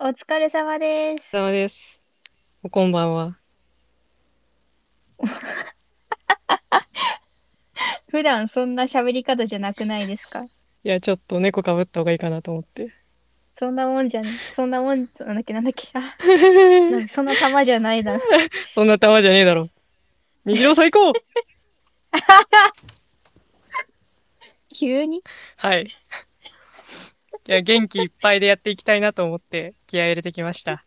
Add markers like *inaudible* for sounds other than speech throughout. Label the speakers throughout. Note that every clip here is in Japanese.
Speaker 1: お疲れ様で
Speaker 2: お疲れ
Speaker 1: す。
Speaker 2: 様です。こんばんは。
Speaker 1: 普段そんな喋り方じゃなくないですか
Speaker 2: いや、ちょっと猫かぶった方がいいかなと思って。 *laughs*
Speaker 1: そんなもんじゃん、そんなもん、なんだっけ、なんだっけ、あ、なんそんな玉じゃない *laughs* な。
Speaker 2: そんな玉じゃねえだろ。虹郎最高
Speaker 1: 急に
Speaker 2: はい。いや、元気いっぱいでやっていきたいなと思って気合い入れてきました。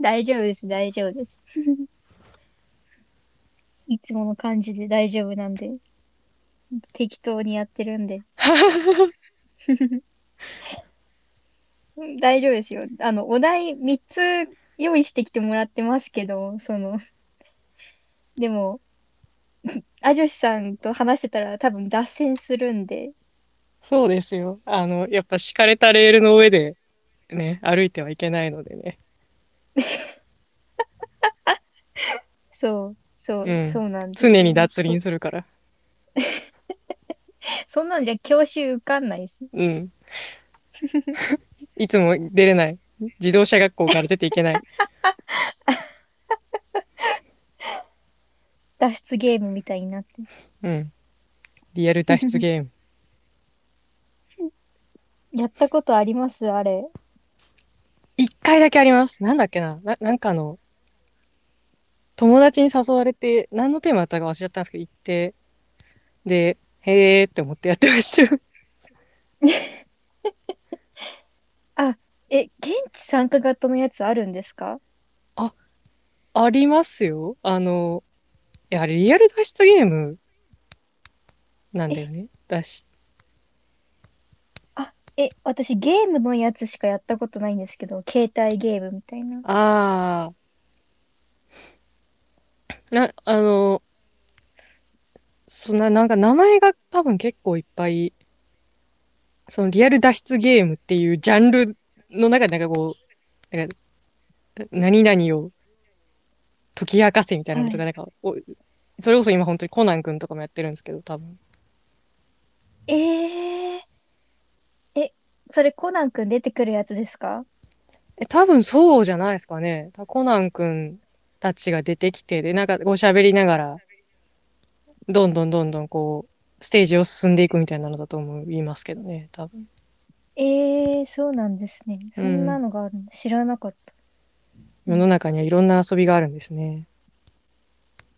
Speaker 1: 大丈夫です、大丈夫です。 *laughs* いつもの感じで大丈夫なんで、適当にやってるんで。 *laughs* 大丈夫ですよ。あの、お題3つ用意してきてもらってますけど、その、でも、アジョシさんと話してたら多分脱線するんで、
Speaker 2: そうですよ。あの、やっぱ敷かれたレールの上でね、歩いてはいけないのでね。
Speaker 1: そう、そうう、
Speaker 2: ん。
Speaker 1: そうなんです
Speaker 2: 常に
Speaker 1: よ。そ、
Speaker 2: 脱輪するから。
Speaker 1: そんなんじゃ教習受かんないです。
Speaker 2: うん。 *laughs* いつも出れない。自動車学校から出ていけない。
Speaker 1: 脱出ゲームみたいになって。
Speaker 2: うん。リアル脱出ゲーム。
Speaker 1: やったことありますあれ。
Speaker 2: 一回だけあります。なんだっけな。な、なんかの、友達に誘われて、何のテーマだったか忘れちゃったんですけど、行って、で、へーって思ってやってました *laughs* よ。
Speaker 1: あ、え、現地参加型のやつあるんですか
Speaker 2: あ、ありますよ。あの、いや、あれリアル脱出ゲームなん
Speaker 1: え、
Speaker 2: だよね。だし、
Speaker 1: あ、え、私ゲームのやつしかやったことないんですけど、携帯ゲームみたいな。
Speaker 2: あー、な、あの、そんな、なんか名前が多分結構いっぱい、そのリアル脱出ゲームっていうジャンルの中で、なんかこう、なんか何々を、解き明かせみたいな
Speaker 1: は
Speaker 2: のとか、
Speaker 1: い。
Speaker 2: なんか、お、それこそ今本当にコナン君とかもやってるんですけど、多分。
Speaker 1: えー、え、それコナンくん出てくるやつですか
Speaker 2: え、多分そうじゃないですかね。たコナン君たちが出てきて、で、なんかこう喋りながら、どんどんどんどんこう、ステージを進んでいくみたいなのだと思いますけどね、多分。
Speaker 1: えー、そうなんですね。
Speaker 2: う。
Speaker 1: そんなんのがあるの知らなかった。う
Speaker 2: 世の
Speaker 1: ん
Speaker 2: 中にはいろんな遊びがあるんですね。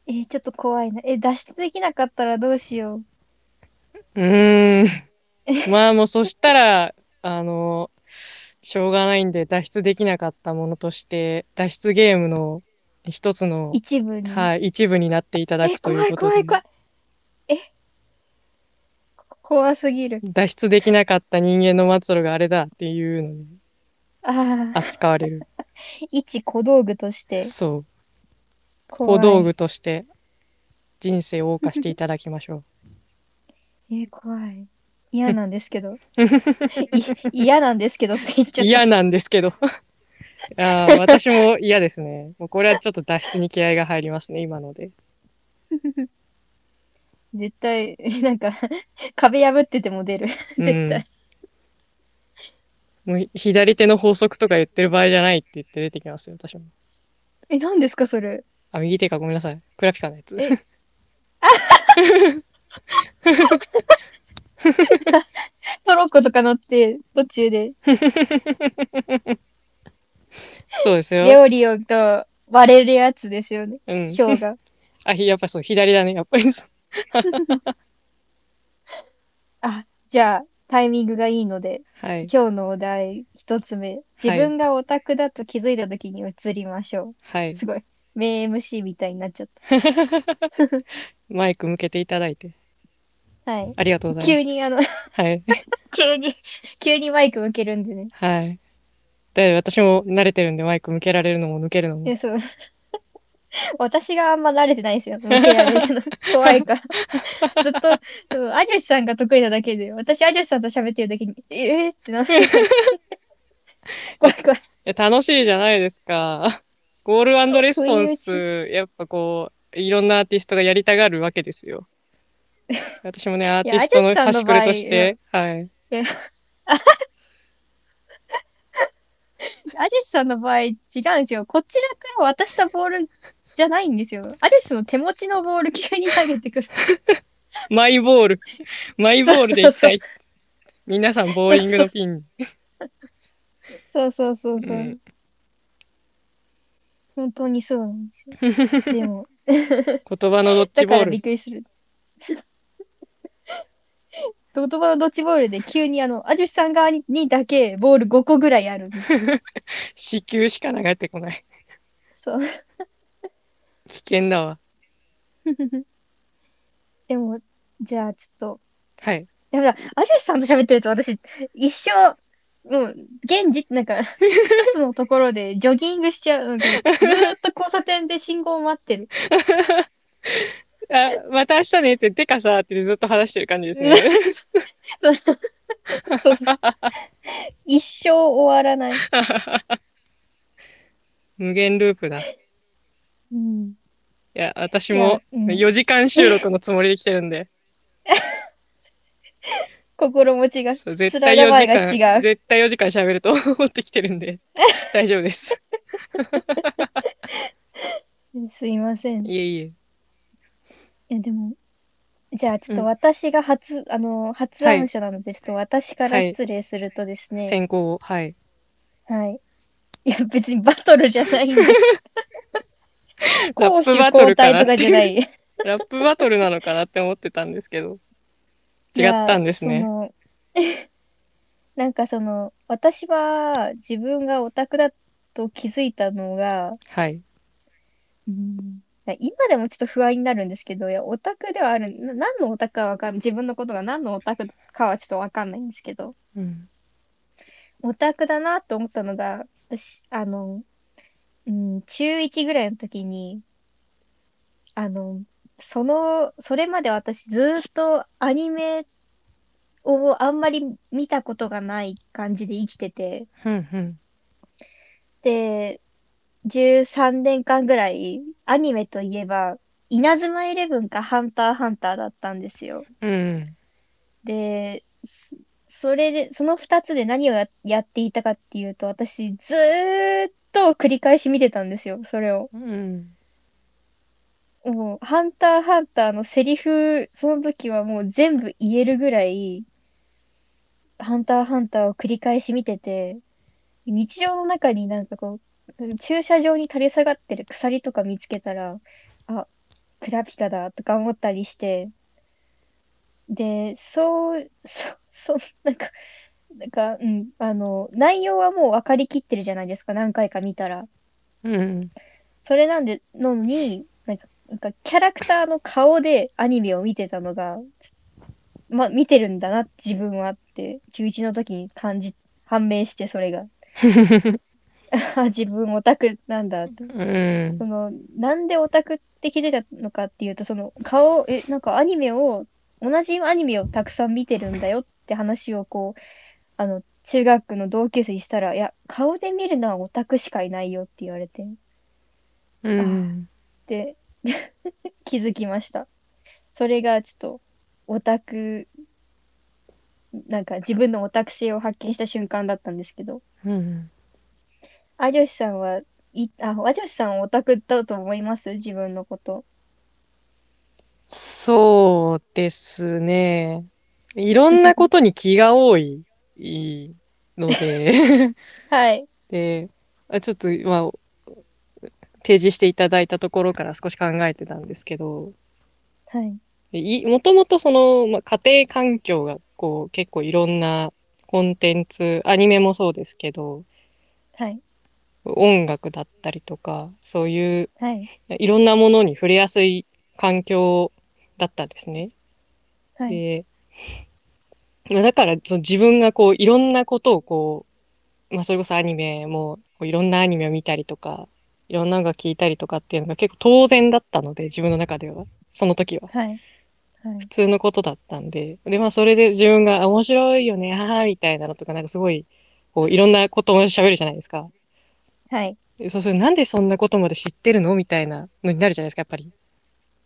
Speaker 1: えー、ちょっと怖いな。え、脱出できなかったらどうしよう。
Speaker 2: うーん。
Speaker 1: え、 *laughs*
Speaker 2: まあもうそしたら、あの、しょうがないんで脱出できなかったものとして、脱出ゲームの一つの、
Speaker 1: 一部に。
Speaker 2: はい、一部になっていただ
Speaker 1: え、
Speaker 2: くという
Speaker 1: 怖い
Speaker 2: こと
Speaker 1: 怖
Speaker 2: で、
Speaker 1: い怖い。え、こ怖すぎる。
Speaker 2: 脱出できなかった人間の末路があれだっていうのに
Speaker 1: ああ、
Speaker 2: 扱
Speaker 1: *laughs*
Speaker 2: われる。
Speaker 1: 一小道具として
Speaker 2: そう。小
Speaker 1: 怖
Speaker 2: 道
Speaker 1: い。
Speaker 2: 具として人生を謳歌していただきま
Speaker 1: *laughs*
Speaker 2: しょ
Speaker 1: えー、怖い。嫌なんですけ
Speaker 2: *laughs*
Speaker 1: ど。
Speaker 2: う。
Speaker 1: い、嫌なんですけどって言っちゃった。
Speaker 2: 嫌なんですけど。 *laughs* ああ、私も嫌ですね。もうこれはちょっと脱出に気合が入りますね、今ので。
Speaker 1: 絶対、 *laughs* なんか壁破ってても出る。
Speaker 2: う
Speaker 1: *laughs* 絶
Speaker 2: ん。
Speaker 1: 対。
Speaker 2: もう左手の法則とか言ってる場合じゃないって言って出てきますよ、私も。
Speaker 1: え、何ですか、それ。
Speaker 2: あ、右手か、ごめんなさい。クラピカのやつ。
Speaker 1: え、トロッコとか乗って、途中で
Speaker 2: そうですよ。
Speaker 1: 料理をと割れるやつですよね。
Speaker 2: うん。
Speaker 1: 氷が。
Speaker 2: あ、ひやっぱそう、左だね、やっぱりそう。
Speaker 1: あ、じゃあ、タイミングがいいので、
Speaker 2: はい。
Speaker 1: 今日のお題一つ目。自
Speaker 2: はい。
Speaker 1: 分がオタクだと気づいた時に移りましょう。
Speaker 2: はい。
Speaker 1: *laughs* すごい。名 MC みたいになっちゃった。
Speaker 2: マイク向けていただいて。
Speaker 1: はい。
Speaker 2: ありがとうございま
Speaker 1: 急に
Speaker 2: す。
Speaker 1: あの、 *laughs*
Speaker 2: はい。
Speaker 1: 急に、急にマイク向けるんでね。
Speaker 2: はい。で、私も慣れてるんで、マイク向けられるのも抜けるの
Speaker 1: い
Speaker 2: も。
Speaker 1: や、そう。 *laughs* 私があんま慣れてないですよ。向けられる *laughs* の。怖いから。ずっと、うん、アジョシさんが得意なだけで、私、アジョシさんと喋ってる時に、ええー、ってな *laughs* ってた。
Speaker 2: い
Speaker 1: 怖い怖い。
Speaker 2: や、楽しいじゃないですか。 *laughs* ゴールレス
Speaker 1: 不
Speaker 2: ポ
Speaker 1: 意
Speaker 2: ン
Speaker 1: 打ち。
Speaker 2: ス、やっぱこう、いろんなアーティストがやりたがるわけで
Speaker 1: *laughs*
Speaker 2: すよ。私もね、アー
Speaker 1: い
Speaker 2: ティ
Speaker 1: や、アジ
Speaker 2: スト
Speaker 1: ョシ
Speaker 2: の
Speaker 1: さん
Speaker 2: 端
Speaker 1: の
Speaker 2: く
Speaker 1: 場
Speaker 2: れ
Speaker 1: 合、
Speaker 2: とし
Speaker 1: いや、
Speaker 2: て、はい。
Speaker 1: いやアジュシさんの場合違うんですよ。こちらから渡したボールじゃないんですよ。アジュシさんの手持ちのボール急に投げてくる。
Speaker 2: マイボ
Speaker 1: *laughs*
Speaker 2: ール。マイボールで一
Speaker 1: そうそう
Speaker 2: 回。皆さん、ボーリングのピン。
Speaker 1: そうそうそうそうう。
Speaker 2: ん
Speaker 1: 本当にそうなんですよ。 *laughs* でも、
Speaker 2: 言葉のドッ
Speaker 1: だ
Speaker 2: ジボ
Speaker 1: から
Speaker 2: ー
Speaker 1: び
Speaker 2: ル
Speaker 1: っ。くりする。言葉 *laughs* のドッジボールで急にあの、アジュシさん側にだけボール5個ぐらいあるんです。
Speaker 2: 死球しか流れてこない。
Speaker 1: そう。 *laughs*
Speaker 2: 危険だわ。
Speaker 1: でも、じゃあちょっと、
Speaker 2: はい。
Speaker 1: やだ、アジュシさんと喋ってると私、一生、もう、現時、なんか、一 *laughs* つのところでジョギングしちゃう。なんかずーっと交差点で信号を待ってる。
Speaker 2: あ、また明日ねって、てかさ、ってずっと話してる感じです
Speaker 1: *laughs*
Speaker 2: ね。
Speaker 1: そうそうそう一生終わらない。
Speaker 2: *laughs* 無限ループだ。い
Speaker 1: うん。
Speaker 2: や、私
Speaker 1: い
Speaker 2: も
Speaker 1: やうん
Speaker 2: 4時間収録のつもりで来てるんで、
Speaker 1: 心持ちが。
Speaker 2: そう絶
Speaker 1: 辛 *laughs*
Speaker 2: 対
Speaker 1: い
Speaker 2: 4
Speaker 1: 名前
Speaker 2: 時
Speaker 1: が違
Speaker 2: 間、
Speaker 1: う
Speaker 2: 絶対4時間喋ると *laughs* 思ってきてるんで、大丈
Speaker 1: *laughs*
Speaker 2: 夫です。
Speaker 1: すいません。い
Speaker 2: いえいえ。
Speaker 1: や、でも、じゃあ、ちょっと
Speaker 2: うん
Speaker 1: 私が初、あの、発
Speaker 2: はい
Speaker 1: 案者なので、ちょっと私から失礼するとですね、
Speaker 2: 先行を、はい。
Speaker 1: はい。いや、別にバトルじゃないんで。
Speaker 2: ラ
Speaker 1: 攻
Speaker 2: ッ
Speaker 1: 守
Speaker 2: プバト
Speaker 1: 交
Speaker 2: ルか
Speaker 1: 代
Speaker 2: な
Speaker 1: と
Speaker 2: っ
Speaker 1: かじゃな
Speaker 2: て、
Speaker 1: い。
Speaker 2: ラップバトルなのかなって思ってたんですけど、違ったんです
Speaker 1: いや
Speaker 2: ね
Speaker 1: そ。の *laughs* なんかその、私は自分がオタクだと気づいたのが、
Speaker 2: はい。
Speaker 1: うん今でもちょっと不安になるんですけど、いや、オタクではある、な何のオタクかわかん自分のことが何のオタクかはちょっとわかんないんですけど、
Speaker 2: うん。
Speaker 1: オタクだなと思ったのが、私、あの、うん、中1ぐらいの時に、あの、その、それまで私ずーっとアニメをあんまり見たことがない感じで生きてて、
Speaker 2: うんうん。
Speaker 1: で、13年間ぐらいアニメといえば、稲妻イレブンかハンターハンターだったんですよ。
Speaker 2: うん。
Speaker 1: で、そそれで、その2つで何をや、やっていたかっていうと、私ずーっと繰り返し見てたんですよ、それを。
Speaker 2: うん。
Speaker 1: もう、ハンターハンターのセリフ、その時はもう全部言えるぐらい、ハンターハンターを繰り返し見てて、日常の中になんかこう、駐車場に垂れ下がってる鎖とか見つけたら、あ、クラピカだとか思ったりして、で、そう、そ、そ、なんか、なんか、うん、あの、内容はもう分かりきってるじゃないですか、何回か見たら。 *laughs*
Speaker 2: うん。
Speaker 1: それなんで、のに、なんか、なんかキャラクターの顔でアニメを見てたのが、まあ、見てるんだな、自分はって、中1の時に感じ、判明して、それが。 *laughs* あ自分オタクなんだと。
Speaker 2: うん。
Speaker 1: その、なんでオタクって気づいたのかっていうと、その、顔、え、なんかアニメを、同じアニメをたくさん見てるんだよって話をこう、あの、中学の同級生にしたら、いや、顔で見るのはオタクしかいないよって言われて。
Speaker 2: うん。
Speaker 1: って *laughs* 気づきました。それがちょっとオタク、なんか自分のオタク性を発見した瞬間だったんですけど、
Speaker 2: うん。
Speaker 1: アジョシさんは、い、あ、アジョシさんはオタクだと思います自分のこと。
Speaker 2: そうですね。いろんなことに気が多いので、
Speaker 1: はい。
Speaker 2: で、あちょっと、まあ、提示していただいたところから少し考えてたんですけど、
Speaker 1: はい。
Speaker 2: いもともとその、まあ、家庭環境がこう結構いろんなコンテンツ、アニメもそうですけど、
Speaker 1: はい。
Speaker 2: 音楽だったりとか、そういう
Speaker 1: はい。
Speaker 2: いろんなものに触れやすい環境だったんですね。
Speaker 1: はい。
Speaker 2: で、まあだからその自分がこういろんなことをこう、まあ、それこそアニメもこういろんなアニメを見たりとかいろんなのが聞いたりとかっていうのが結構当然だったので自分の中ではその時は
Speaker 1: はい。はい。
Speaker 2: 普通のことだったんでで、まあ、それで自分があ面白いよねああみたいなのとかなんかすごいこういろんなことを喋るじゃないですか。
Speaker 1: はい。
Speaker 2: でそうするとなんでそんなことまで知ってるのみたいなのになるじゃないですかやっぱり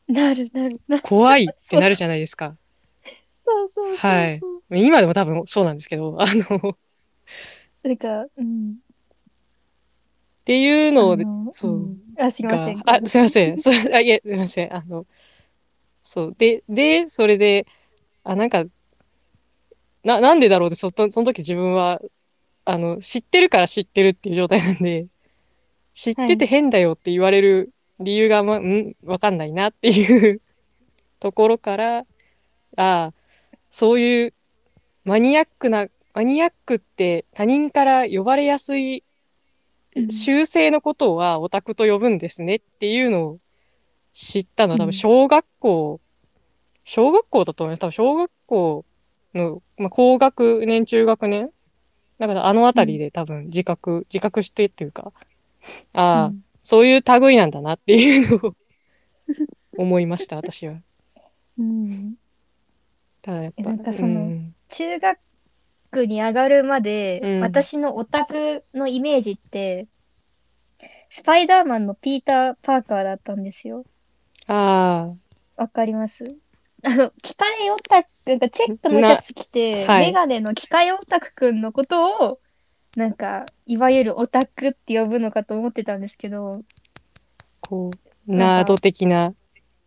Speaker 1: なるなるなる。
Speaker 2: 怖いってなるじゃないですか。
Speaker 1: そうそうそう
Speaker 2: はい
Speaker 1: そう。
Speaker 2: 今でも多分そうなんですけどあの
Speaker 1: なんか、うん。
Speaker 2: っていう
Speaker 1: あ
Speaker 2: のを、
Speaker 1: の、。
Speaker 2: そううん
Speaker 1: あ、すいま
Speaker 2: が
Speaker 1: せん。
Speaker 2: あ、すいません。そう、あ、いえ、すいません。あの、そう。で、で、それで、あ、なんか、な、なんでだろうって、そ、その時自分は、あの、知ってるから知ってるっていう状態なんで、知っ
Speaker 1: は
Speaker 2: てて
Speaker 1: い。
Speaker 2: 変だよって言われる理由が、ま、うん、わかんないなっていう *laughs* ところから、ああ、そういうマニアックな、マニアックって他人から呼ばれやすい
Speaker 1: うん
Speaker 2: 習性のことはオタクと呼ぶんですねっていうのを知ったのは
Speaker 1: う
Speaker 2: 多分
Speaker 1: ん。
Speaker 2: 小学校、小学校だと思います。多分小学校の、まあ、高学年、中学年だからあのあ
Speaker 1: う
Speaker 2: たり
Speaker 1: ん。
Speaker 2: で多分自覚、自覚してっていうか、
Speaker 1: う
Speaker 2: ああ、
Speaker 1: ん。
Speaker 2: そういう類なんだなっていうのを思い
Speaker 1: *laughs*
Speaker 2: ました、私は。
Speaker 1: うん
Speaker 2: ただやっ
Speaker 1: え、
Speaker 2: ぱ、
Speaker 1: なんか
Speaker 2: う
Speaker 1: その、
Speaker 2: ん、
Speaker 1: 中学に上がるま
Speaker 2: う
Speaker 1: で、
Speaker 2: ん、
Speaker 1: 私のオタクのイメージって、スパイダーマンのピーター・パーカーだったんですよ。
Speaker 2: あ
Speaker 1: わかりますあの、機械オタク、なんかチェック
Speaker 2: あ、
Speaker 1: のシャ
Speaker 2: な、
Speaker 1: ツ着て、
Speaker 2: は
Speaker 1: メ
Speaker 2: い。
Speaker 1: ガネの機械オタクくんのことを、なんか、いわゆるオタクって呼ぶのかと思ってたんですけど、
Speaker 2: こう、
Speaker 1: なん
Speaker 2: ナード
Speaker 1: か、
Speaker 2: 的な、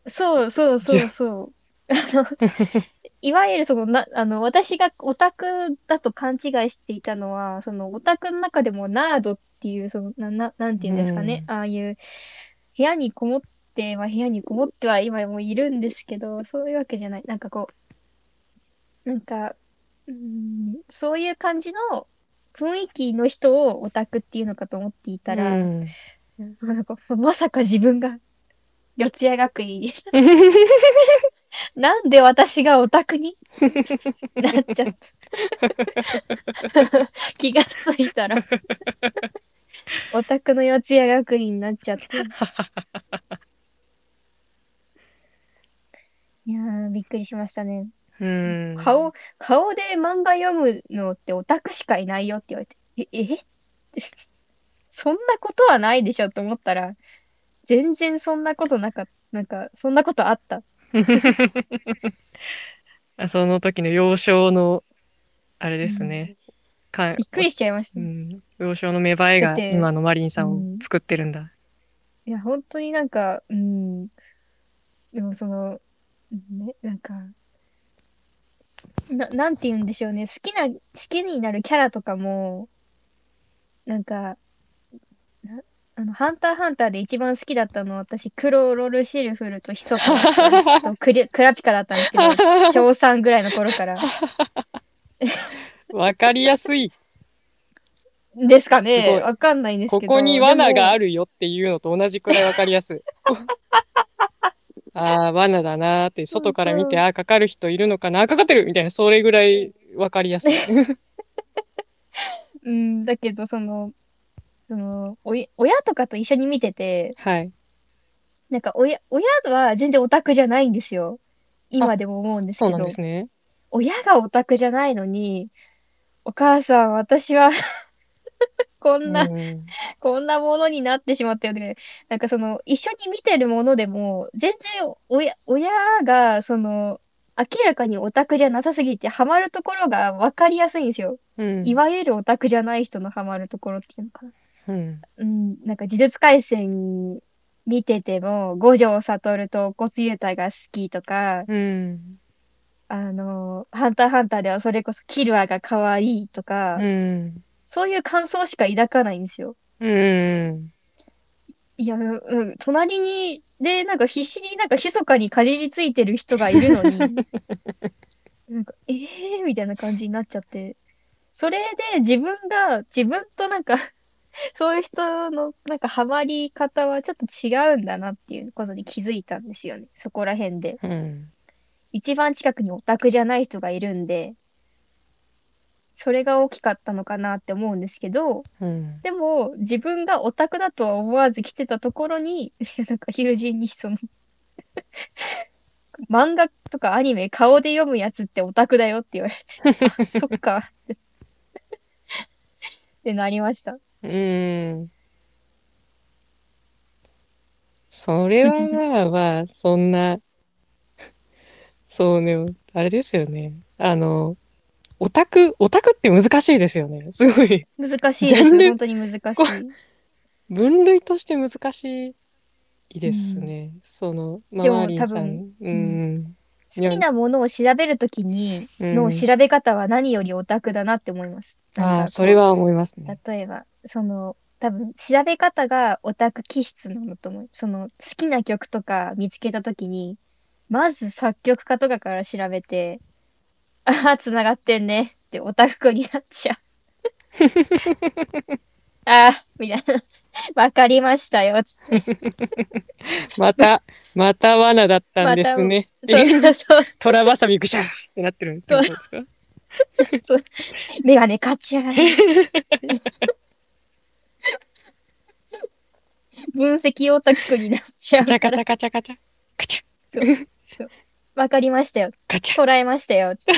Speaker 1: そうそう
Speaker 2: じ
Speaker 1: そう
Speaker 2: ゅ、
Speaker 1: そう。あの、 *laughs* いわゆるそのな、あの、私がオタクだと勘違いしていたのは、そのオタクの中でもナードっていう、その、な、な、なんていう
Speaker 2: うん
Speaker 1: ですかね。
Speaker 2: ん、
Speaker 1: ああいう、部屋にこもって、まあ部屋にこもっては今もいるんですけど、そういうわけじゃない。なんかこう、なんか、うーん、そういう感じの雰囲気の人をオタクっていうのかと思っていた
Speaker 2: う
Speaker 1: ら、 *laughs*
Speaker 2: ん。
Speaker 1: うんなんか、まさか自分が四谷学院、なんで私がオタクになっちゃった *laughs* 気がついたら、オタクの四谷学院になっちゃ
Speaker 2: *laughs*
Speaker 1: って。いやー、びっくりしましたね。
Speaker 2: うん。
Speaker 1: 顔、顔で漫画読むのってオタクしかいないよって言われて、え、えって、そんなことはないでしょと思ったら、全然そんなことなかった。なんか、そんなことあった。
Speaker 2: その時の幼少の、あれ
Speaker 1: う
Speaker 2: です
Speaker 1: ん
Speaker 2: ね。か、
Speaker 1: びっく
Speaker 2: お、
Speaker 1: りしちゃいまし
Speaker 2: う
Speaker 1: たね。
Speaker 2: ん、幼少の芽生え
Speaker 1: だっ
Speaker 2: が今
Speaker 1: て、
Speaker 2: のマリン
Speaker 1: う
Speaker 2: さんを
Speaker 1: ん。
Speaker 2: 作ってるんだ。
Speaker 1: いや、本当になんか、うん。でもその、ね、なんか、な、なんて言うんでしょうね。好きな、好きになるキャラとかも、なんか、なあの、ハンターハンターで一番好きだったのは、私、クロロルシルフルとヒソカだったん、と
Speaker 2: *laughs*
Speaker 1: クリ、クラピカだったんですけど、小3ぐらいの頃から。
Speaker 2: わかりやすい。
Speaker 1: ですか
Speaker 2: すご
Speaker 1: ね。
Speaker 2: い。
Speaker 1: わかんないんです
Speaker 2: こ
Speaker 1: け
Speaker 2: こに
Speaker 1: ど、で
Speaker 2: 罠があ
Speaker 1: も、
Speaker 2: るよっていうのと同じくらいわかりやすい。ああ、罠だなーって、
Speaker 1: そ
Speaker 2: 外
Speaker 1: う
Speaker 2: から見
Speaker 1: そ
Speaker 2: て、
Speaker 1: う。
Speaker 2: ああ、かかる人いるのかな、あーかかってるみたいな、それぐらいわかりやすい。
Speaker 1: うん、だけど、その、その、おい、親とかと一緒に見てて、
Speaker 2: はい。
Speaker 1: なんか、親、親は全然オタクじゃないんですよ。
Speaker 2: あ、
Speaker 1: 今でも思うんです
Speaker 2: そう
Speaker 1: け
Speaker 2: なんで
Speaker 1: ど、
Speaker 2: すね。
Speaker 1: 親がオタクじゃないのに、お母さん、私は *laughs* こ
Speaker 2: うん
Speaker 1: な、
Speaker 2: ん。
Speaker 1: こんなものになってしまったよね。なんかその、一緒に見てるものでも、全然親、親が、その、明らかにオタクじゃなさすぎて、ハマるところが分かりやすいんですよ。
Speaker 2: う
Speaker 1: い
Speaker 2: ん。
Speaker 1: わゆるオタクじゃない人のハマるところっていうのかな。
Speaker 2: うん。
Speaker 1: うん、なんか呪術廻戦見てても、五条悟と乙骨憂太が好きとか、
Speaker 2: うん。
Speaker 1: あの、ハンターハンターではそれこそキルアが可愛いと
Speaker 2: う
Speaker 1: か、
Speaker 2: ん。
Speaker 1: そういう感想しか抱かないんですよ。
Speaker 2: うん。
Speaker 1: いや、うん、隣に、で、なんか必死になんか密かにかじりついてる人がいるのに、なんか、えーみたいな感じになっちゃって、それで自分が、自分となんか *laughs* そういう人のなんかハマり方はちょっと違うんだなっていうことに気づいたんですよね。そこら辺で。
Speaker 2: うん。
Speaker 1: 一番近くにオタクじゃない人がいるんで、それが大きかったのかなって思うんですけど、
Speaker 2: うん。
Speaker 1: でも自分がオタクだとは思わず来てたところに、 *laughs* なんか友人にその *laughs* 漫画とかアニメ顔で読むやつってオタクだよって言わ
Speaker 2: *laughs*
Speaker 1: れて、あ、そっか *laughs* ってなりました。
Speaker 2: うん。それはま
Speaker 1: *laughs*
Speaker 2: あまあ、そんな、そうね、あれですよね。あの、オタク、オタクって難しいですよね。すごい。
Speaker 1: 難しい
Speaker 2: ジャ
Speaker 1: で
Speaker 2: ン
Speaker 1: す。
Speaker 2: ル、
Speaker 1: 本当に難
Speaker 2: こ
Speaker 1: しい。
Speaker 2: 分類として難しいですね。その、まあ、
Speaker 1: でも
Speaker 2: マーリンさ
Speaker 1: 多
Speaker 2: ん
Speaker 1: 分。
Speaker 2: うん。
Speaker 1: 好きなものを調べるときに
Speaker 2: うん
Speaker 1: の調べ方は何よりオタクだなって思います。なん
Speaker 2: あ
Speaker 1: か
Speaker 2: あ、
Speaker 1: こう
Speaker 2: それは思いますね。
Speaker 1: 例えば、その、多分、調べ方がオタク気質なのと思う。その、好きな曲とか見つけたときに、まず作曲家とかから調べて、ああ、つながってんねってオタクになっちゃう。ああ、みたいな。わかりましたよ。つって
Speaker 2: また、また罠だったんですね。っていう
Speaker 1: そうそうそう。
Speaker 2: 虎バサミぐしゃーってなってるんですですか
Speaker 1: メガネ買っちゃう。分析オタクになっちゃう
Speaker 2: チャ
Speaker 1: か
Speaker 2: カチ
Speaker 1: ら、
Speaker 2: ャカチャカチャ。カチャ、
Speaker 1: わかりましたよ。
Speaker 2: カチャ。 *laughs*
Speaker 1: 捉えましたよ。つって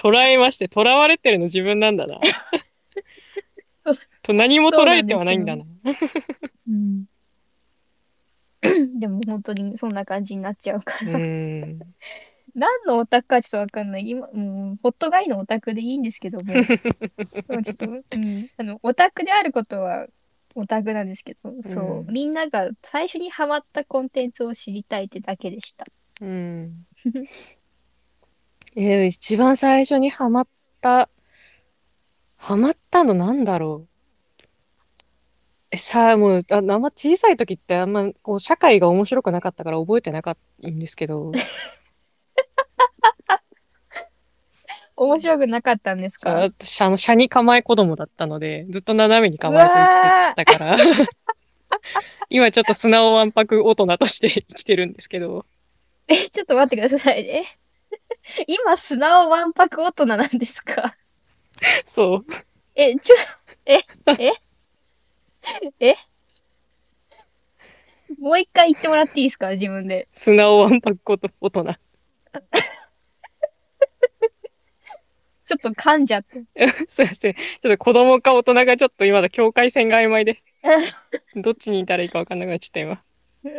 Speaker 2: 捉えまして、捉われてるの自分なんだな
Speaker 1: そう。
Speaker 2: と何も捉えてはないんだな。
Speaker 1: うん *coughs* でも本当にそんな感じになっちゃうか
Speaker 2: う
Speaker 1: ら。 *laughs*
Speaker 2: ーん。
Speaker 1: 何のオタクかちょっとわかんない。今、もう、ホットガイのオタクでいいんですけど
Speaker 2: *laughs*
Speaker 1: も。でもちょっと、うん。あの、オタクであることはオタクなんですけど、そうう。
Speaker 2: ん
Speaker 1: みんなが最初にハマったコンテンツを知りたいってだけでした。
Speaker 2: うん。 *laughs* えー一番最初にハマった、ハマったのなんだろう。え、さあ、もう、あ、あんま小さい時ってあんま、こう、社会が面白くなかったから覚えてなかったんですけど、
Speaker 1: 面白くなかったんです
Speaker 2: そう
Speaker 1: か
Speaker 2: 私、あの、斜に構え子供だったので、ずっと斜めに構えて生きてたから、今ちょっと砂をわんぱく大人として生きてるんですけど、
Speaker 1: え、ちょっと待ってくださいね。 *laughs* 今、砂をわんぱく大人なんですか
Speaker 2: そう。
Speaker 1: え、ちょ、え、え、え、もう一回言ってもらっていいですか自分で。
Speaker 2: 砂をわんぱくこと大人。
Speaker 1: ちょっと噛んじゃって。
Speaker 2: すいません。ちょっと子供か大人がちょっと今だ境界線が曖昧で、どっちにいたらいいか分かんなくなっちゃった今。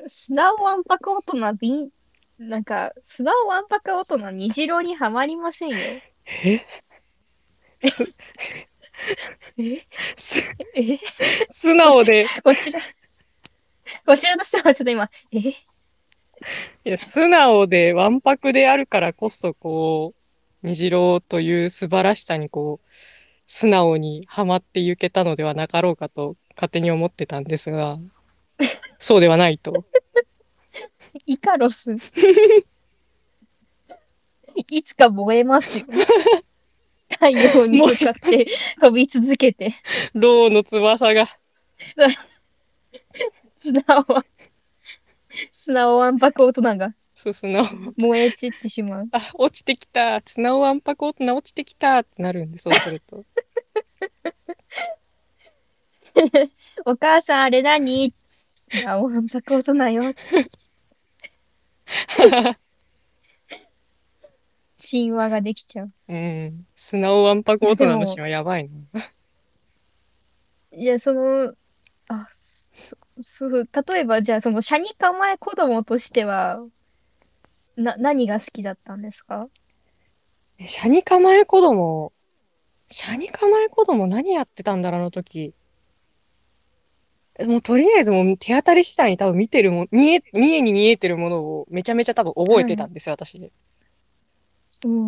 Speaker 1: 砂をわんぱく大人びん、なんか、砂をわんぱく大人虹色にはまりませんよ。
Speaker 2: す、
Speaker 1: え、
Speaker 2: す、
Speaker 1: え、
Speaker 2: 素直で、
Speaker 1: こちら、こちらとしてはちょっと今、え、
Speaker 2: いや、素直で、わんぱくであるからこそ、こう、虹郎という素晴らしさに、こう、素直にはまっていけたのではなかろうかと、勝手に思ってたんですが、そうではないと。
Speaker 1: イカロス。いつか燃えますよ。太陽に向かって飛び続けて、
Speaker 2: ローの翼が、
Speaker 1: *laughs* 砂を、砂をわんぱく大人が
Speaker 2: そう、素直。
Speaker 1: 燃え散ってしまう。
Speaker 2: あ、落ちてきた。砂をわんぱく大人落ちてきたってなるんで、そうすると。
Speaker 1: お母さんあれ何砂をわんぱく大人 *laughs* よ。神話ができちゃう。
Speaker 2: うん。砂をわんぱく大人の詩はやばいな。
Speaker 1: いや、その、あ、そ、そうそう、例えばじゃあその、斜に構え子供としては、な、何が好きだったんですか
Speaker 2: え、シャニ構え子供、シャニ構え子供何やってたんだろう、あの時。えもうとりあえずもう手当たり次第に多分見てるもん、見え、見えに見えてるものをめちゃめちゃ多分覚えてたんですよ、私。
Speaker 1: うん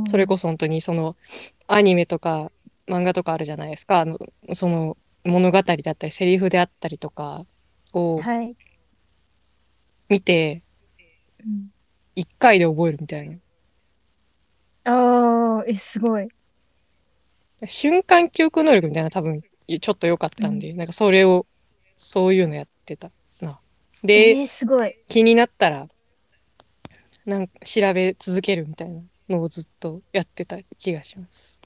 Speaker 2: それこそ本当にそのアニメとか漫画とかあるじゃないですか。あの、その物語だったりセリフであったりとかを
Speaker 1: はい。
Speaker 2: 見て
Speaker 1: うん
Speaker 2: 一回で覚えるみたいな。
Speaker 1: ああ、え、すごい。
Speaker 2: 瞬間記憶能力みたいな多分ちょっと良かったんで、なんかそれを、そういうのやってたな。で、
Speaker 1: えー、すごい。
Speaker 2: 気になったら、なんか調べ続けるみたいなのをずっとやってた気がします。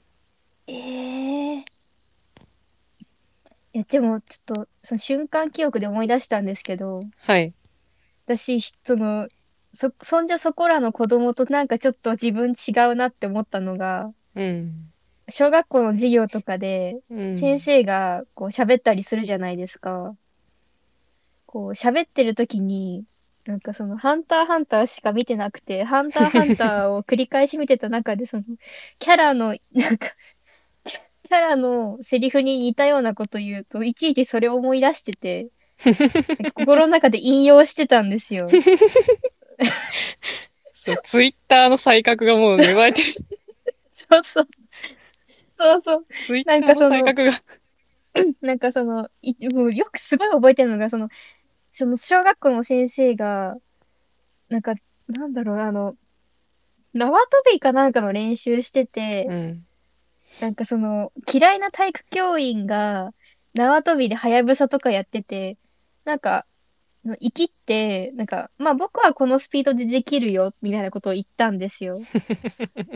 Speaker 1: えー。いや、でも、ちょっと、その瞬間記憶で思い出したんですけど、
Speaker 2: はい。
Speaker 1: 私、その、そ、そんじょそこらの子供となんかちょっと自分違うなって思ったのが、
Speaker 2: うん。
Speaker 1: 小学校の授業とかで、
Speaker 2: うん、
Speaker 1: 先生がこう喋ったりするじゃないですか。こう喋ってる時に、なんかそのハンターハンターしか見てなくて、ハンターハンターを繰り返し見てた中で、そのキャラの、なんか、キャラのセリフに似たようなこと言うと、いちいちそれを思い出して
Speaker 2: *laughs*
Speaker 1: て、なんか心の中で引用してたんですよ。
Speaker 2: そう、ツイッターの才覚がもう芽生えて *laughs* る。
Speaker 1: そうそう。そうそう。
Speaker 2: ツイッターの才覚が。
Speaker 1: なんかその、いもうよくすごい覚えてるのが、その、その小学校の先生が、なんか、なんだろうな、あの、縄跳びかなんかの練習してて、
Speaker 2: うん。
Speaker 1: なんかその、嫌いな体育教員が、縄跳びでハヤブサとかやってて、なんか、生きって、なんか、まあ僕はこのスピードでできるよ、みたいなことを言ったんですよ。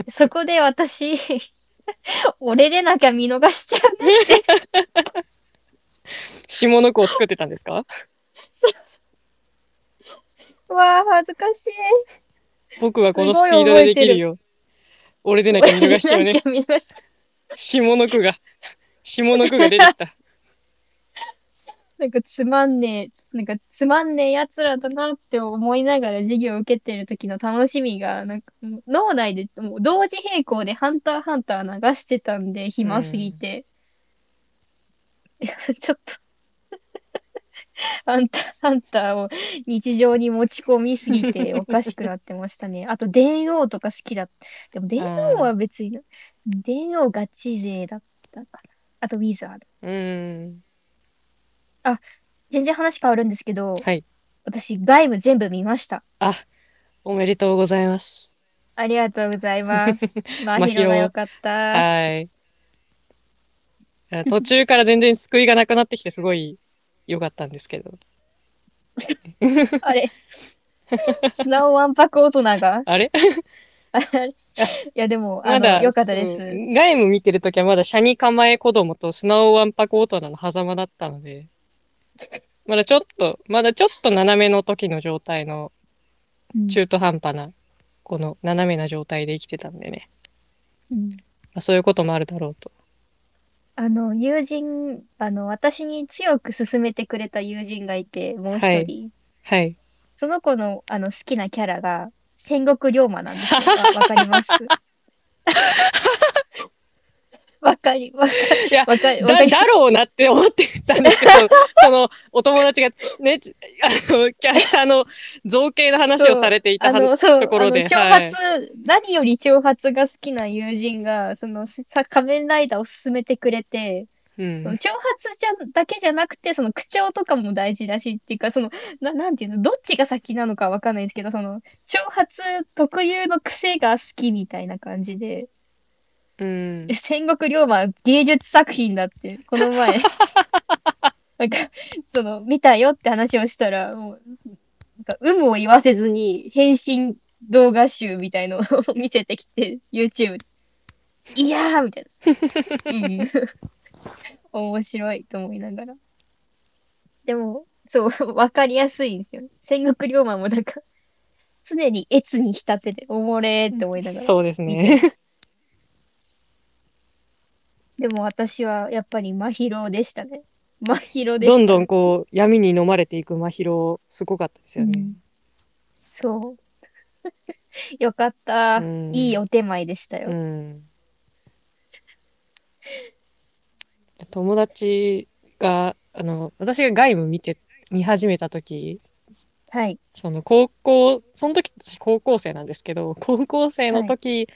Speaker 1: そこで私、 *laughs* 俺でなきゃ見逃しちゃう
Speaker 2: 下の子を作ってたんですか
Speaker 1: うわあ、恥ずかしい。
Speaker 2: 僕はこのスピードでできるよ。俺でなきゃ見逃しちゃう
Speaker 1: 俺でなき
Speaker 2: ね。
Speaker 1: ゃ見逃しちゃ
Speaker 2: 下の句が、下の句が出てきた。
Speaker 1: う *laughs* なんかつまんねえ、なんかつまんねえ奴らだなって思いながら授業を受けてる時の楽しみが、なんかもう脳内でもう同時並行でハンターハンター流してたんで、暇すぎて。いや *laughs* ちょっと。ハンター、ハンターを日常に持ち込みすぎておかしくなってました
Speaker 2: *laughs*
Speaker 1: ね。あと、電王とか好きだ。でも、電王は別に、電王ガチ勢だったかな。あと、ウィザード。
Speaker 2: うん。
Speaker 1: 全然話変わるんですけど、
Speaker 2: はい。
Speaker 1: 私、外務全部見ました。
Speaker 2: あ、おめでとうございます。
Speaker 1: ありがとうござい
Speaker 2: *laughs*
Speaker 1: ます。まあ、
Speaker 2: まあ
Speaker 1: ヒロ
Speaker 2: ヒロ
Speaker 1: が良かった。
Speaker 2: はい。あ途中から全然救いがなくなってきて、すごい良かったんですけど。
Speaker 1: あれ砂尾わんぱく大人が
Speaker 2: あれ
Speaker 1: あれいや、でも、あ
Speaker 2: まだ、
Speaker 1: の、良かったで
Speaker 2: そう
Speaker 1: す。
Speaker 2: 外務見てるときはまだ、シャニ構え子供とスナオワンパク大人の狭間だったので、まだちょっと、まだちょっと斜めの時の状態の、
Speaker 1: うん
Speaker 2: 中途半端な、この斜めな状態で生きてたんでね。
Speaker 1: うん
Speaker 2: まあ、そういうこともあるだろうと。
Speaker 1: あの、友人、あの、私に強く勧めてくれた友人がいて、もう一
Speaker 2: は
Speaker 1: 人。
Speaker 2: はい。
Speaker 1: その子の、あの、好きなキャラが、戦国龍馬なんですよ。わわかり
Speaker 2: *laughs*
Speaker 1: ます。わかり、わか
Speaker 2: いや
Speaker 1: り、わかり、
Speaker 2: だ、
Speaker 1: わかり
Speaker 2: だろうなって思ってたんで
Speaker 1: *laughs*
Speaker 2: すけど、その、お友達がね、ち *laughs* あの、キャラクターの造形の話をされていた
Speaker 1: あ
Speaker 2: は
Speaker 1: の、そう、
Speaker 2: ところで
Speaker 1: あの、挑発、何より挑発が好きな友人が、その、さ、仮面ライダーを勧めてくれて、そ
Speaker 2: う
Speaker 1: の
Speaker 2: ん。
Speaker 1: 挑発じゃ、だけじゃなくて、その口調とかも大事らしいっていうか、その、な、なんていうの、どっちが先なのかわかんないんですけど、その、挑発特有の癖が好きみたいな感じで、
Speaker 2: うん。
Speaker 1: 戦国龍馬は芸術作品だって、この
Speaker 2: *laughs*
Speaker 1: 前。なんか、その、見たよって話をしたら、もう、なんか、有無を言わせずに、返信動画集みたいのを *laughs* 見せてきて、YouTube で。いやーみたい
Speaker 2: *laughs*
Speaker 1: な。うん。面白いと思いながら。でも、そう、わかりやすいんですよ。戦国龍馬もなんか、常に越に浸ってて、おもれーって思いながら。
Speaker 2: そうですね。
Speaker 1: でも私はやっぱり真宙でしたね。真宙でした。
Speaker 2: どんどんこう、闇に飲まれていく真宙、すごかったですよ
Speaker 1: う
Speaker 2: ね
Speaker 1: ん。そう。 *laughs* よかった、
Speaker 2: うん
Speaker 1: いいお手前でしたよ。
Speaker 2: うん。友達が、あの、私が外務見て、見始めた時
Speaker 1: はい。
Speaker 2: その高校、その時私高校生なんですけど、 *laughs* 高校生の時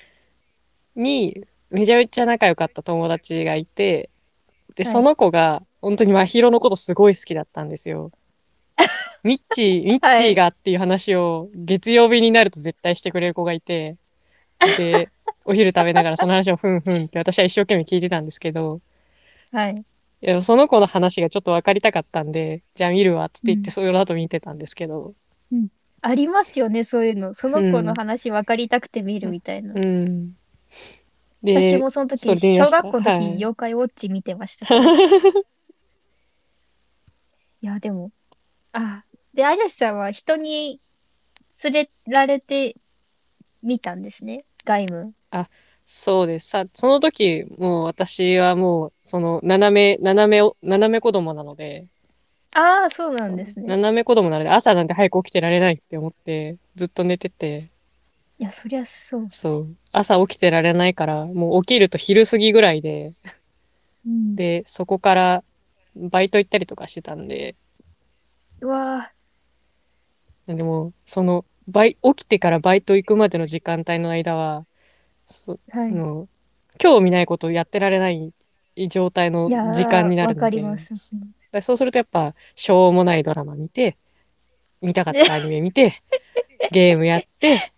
Speaker 2: にめちゃめちゃ仲良かった友達がいて、で、
Speaker 1: はい
Speaker 2: その子が本当に真宙のことすごい好きだったんで
Speaker 1: *laughs*
Speaker 2: すよ。ミッチー、ミッチーがっていう話を月曜日になると絶対してくれる子がいて、
Speaker 1: *laughs*
Speaker 2: で、お昼食べながらその話をふんふんって私は一生懸命聞いてたんですけど、
Speaker 1: はい。
Speaker 2: いやその子の話がちょっと分かりたかったんで、じゃあ見るわっつって言っ
Speaker 1: う
Speaker 2: て、
Speaker 1: ん
Speaker 2: その後見てたんですけど、
Speaker 1: ありますよね、そういうの。その子
Speaker 2: うん
Speaker 1: の話分かりたくて見るみたいな。
Speaker 2: うん。
Speaker 1: 私もその時、
Speaker 2: それで見ま
Speaker 1: 小
Speaker 2: した
Speaker 1: 学校の時、
Speaker 2: はい
Speaker 1: 妖怪ウォッチ見てま
Speaker 2: *laughs*
Speaker 1: した。いや、でも、あ、で、有吉さんは人に連れられて見たんですね、外務。
Speaker 2: そうです。さ、その時、もう私はもう、その、斜め、斜めを、斜め子供なので、
Speaker 1: ああ、そうなんです
Speaker 2: そう
Speaker 1: ね。
Speaker 2: 斜め子供なので、朝なんて早く起きてられないって思って、ずっと寝てて、
Speaker 1: いや、そりゃそう。
Speaker 2: そう、朝起きてられないから、もう起きると昼過ぎぐらいで、
Speaker 1: うん
Speaker 2: で、そこからバイト行ったりとかしてたんで、
Speaker 1: うわ
Speaker 2: でも、その、バイ、起きてからバイト行くまでの時間帯の間は、そ、
Speaker 1: ーは
Speaker 2: あ
Speaker 1: い。
Speaker 2: の、興味ないことをやってられない状態の
Speaker 1: いや
Speaker 2: 時間
Speaker 1: ー、
Speaker 2: にな
Speaker 1: わ
Speaker 2: るの
Speaker 1: か
Speaker 2: で、
Speaker 1: ります。わかります
Speaker 2: だそうするとやっぱ、しょうもないドラマ見て、見たかったアニメ
Speaker 1: *laughs*
Speaker 2: 見て、ゲームやって、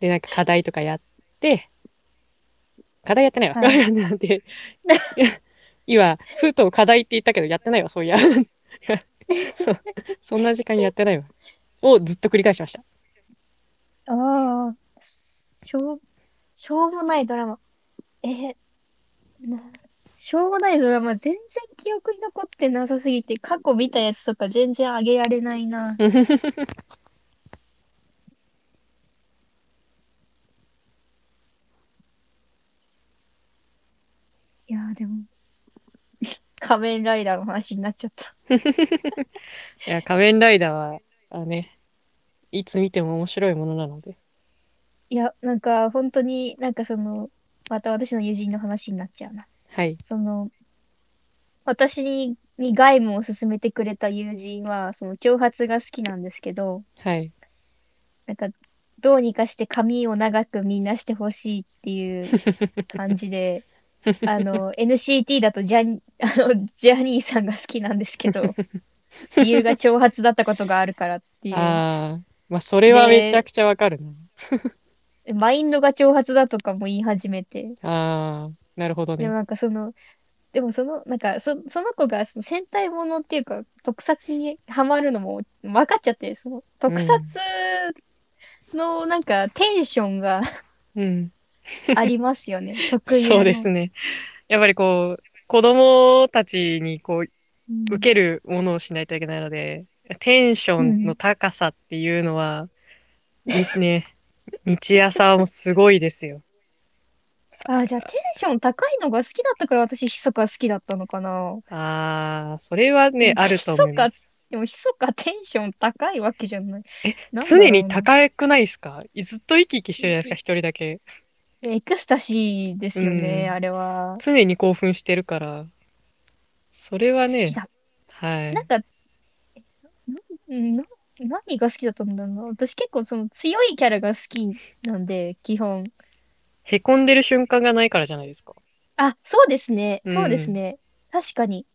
Speaker 2: で、なんか課題とかやって、課題やってないわ。
Speaker 1: はい。
Speaker 2: *laughs* なんで、
Speaker 1: *laughs*
Speaker 2: 今、ふと課題って言ったけど、やってないわ、そういや。 *laughs* そう、そんな時間やってないわ。をずっと繰り返しました。
Speaker 1: ああ、しょう、しょうもないドラマ。えー、な、しょうもないドラマ、全然記憶に残ってなさすぎて、過去見たやつとか全然あげられないな。 *laughs* いやー、でも、仮面ライダーの話になっちゃった。
Speaker 2: いや、仮面ライダーは、あね、いつ見ても面白いものなので。
Speaker 1: いや、なんか、本当になんかその、また私の友人の話になっちゃうな。
Speaker 2: はい。
Speaker 1: その、私に、に外務を勧めてくれた友人は、その、長髪が好きなんですけど、
Speaker 2: はい。
Speaker 1: なんか、どうにかして髪を長くみんなしてほしいっていう感じで、あの、NCT だとジャニ、あの、ジャニーさんが好きなんですけど、理由が長髪だったことがあるからっていう。
Speaker 2: ああ、まあ、それはめちゃ
Speaker 1: で、
Speaker 2: くちゃわかるな。
Speaker 1: マインドが長髪だとかも言い始めて。
Speaker 2: ああ、なるほど
Speaker 1: でも
Speaker 2: ね。
Speaker 1: なんかその、でもその、なんかそ、その子がその戦隊ものっていうか、特撮にハマるのも分かっちゃって、その
Speaker 2: う
Speaker 1: 特撮
Speaker 2: ん。
Speaker 1: のなんかテンション
Speaker 2: *laughs*
Speaker 1: が
Speaker 2: うん。
Speaker 1: ありますよね。特
Speaker 2: そう
Speaker 1: 有
Speaker 2: です
Speaker 1: の。
Speaker 2: ね。やっぱりこう、子供たちにこう、
Speaker 1: う
Speaker 2: 受
Speaker 1: ん。
Speaker 2: けるものをしないといけないので、テンショ
Speaker 1: う
Speaker 2: ンの
Speaker 1: ん。
Speaker 2: 高さっていうのは、み、
Speaker 1: *laughs*
Speaker 2: ね、日朝もすごいですよ。
Speaker 1: ああ、じゃあテンション高いのが好きだったから私、密か好きだったのかな。
Speaker 2: ああ、それは
Speaker 1: で
Speaker 2: ね、
Speaker 1: も、
Speaker 2: あると思
Speaker 1: 密
Speaker 2: いま
Speaker 1: か、
Speaker 2: す。
Speaker 1: でも密かテンション高いわけじゃない。なんだ
Speaker 2: 常に
Speaker 1: ろうな。
Speaker 2: 高くないですかずっと生き生きしてるじゃないですか、
Speaker 1: い
Speaker 2: 一人だけ。
Speaker 1: エクスタシーで
Speaker 2: う
Speaker 1: すよね、
Speaker 2: ん。
Speaker 1: あれは。好
Speaker 2: 常に興奮してるから、それは
Speaker 1: き
Speaker 2: ね、
Speaker 1: だ。
Speaker 2: は
Speaker 1: なん
Speaker 2: い。
Speaker 1: か、んな、何が好きだったんだろうな。私結構その強いキャラが好きなんで、基本。
Speaker 2: へこんでる瞬間がないからじゃないですか。
Speaker 1: あ、そうですね。
Speaker 2: う
Speaker 1: そうです
Speaker 2: ん。
Speaker 1: ね。確かに。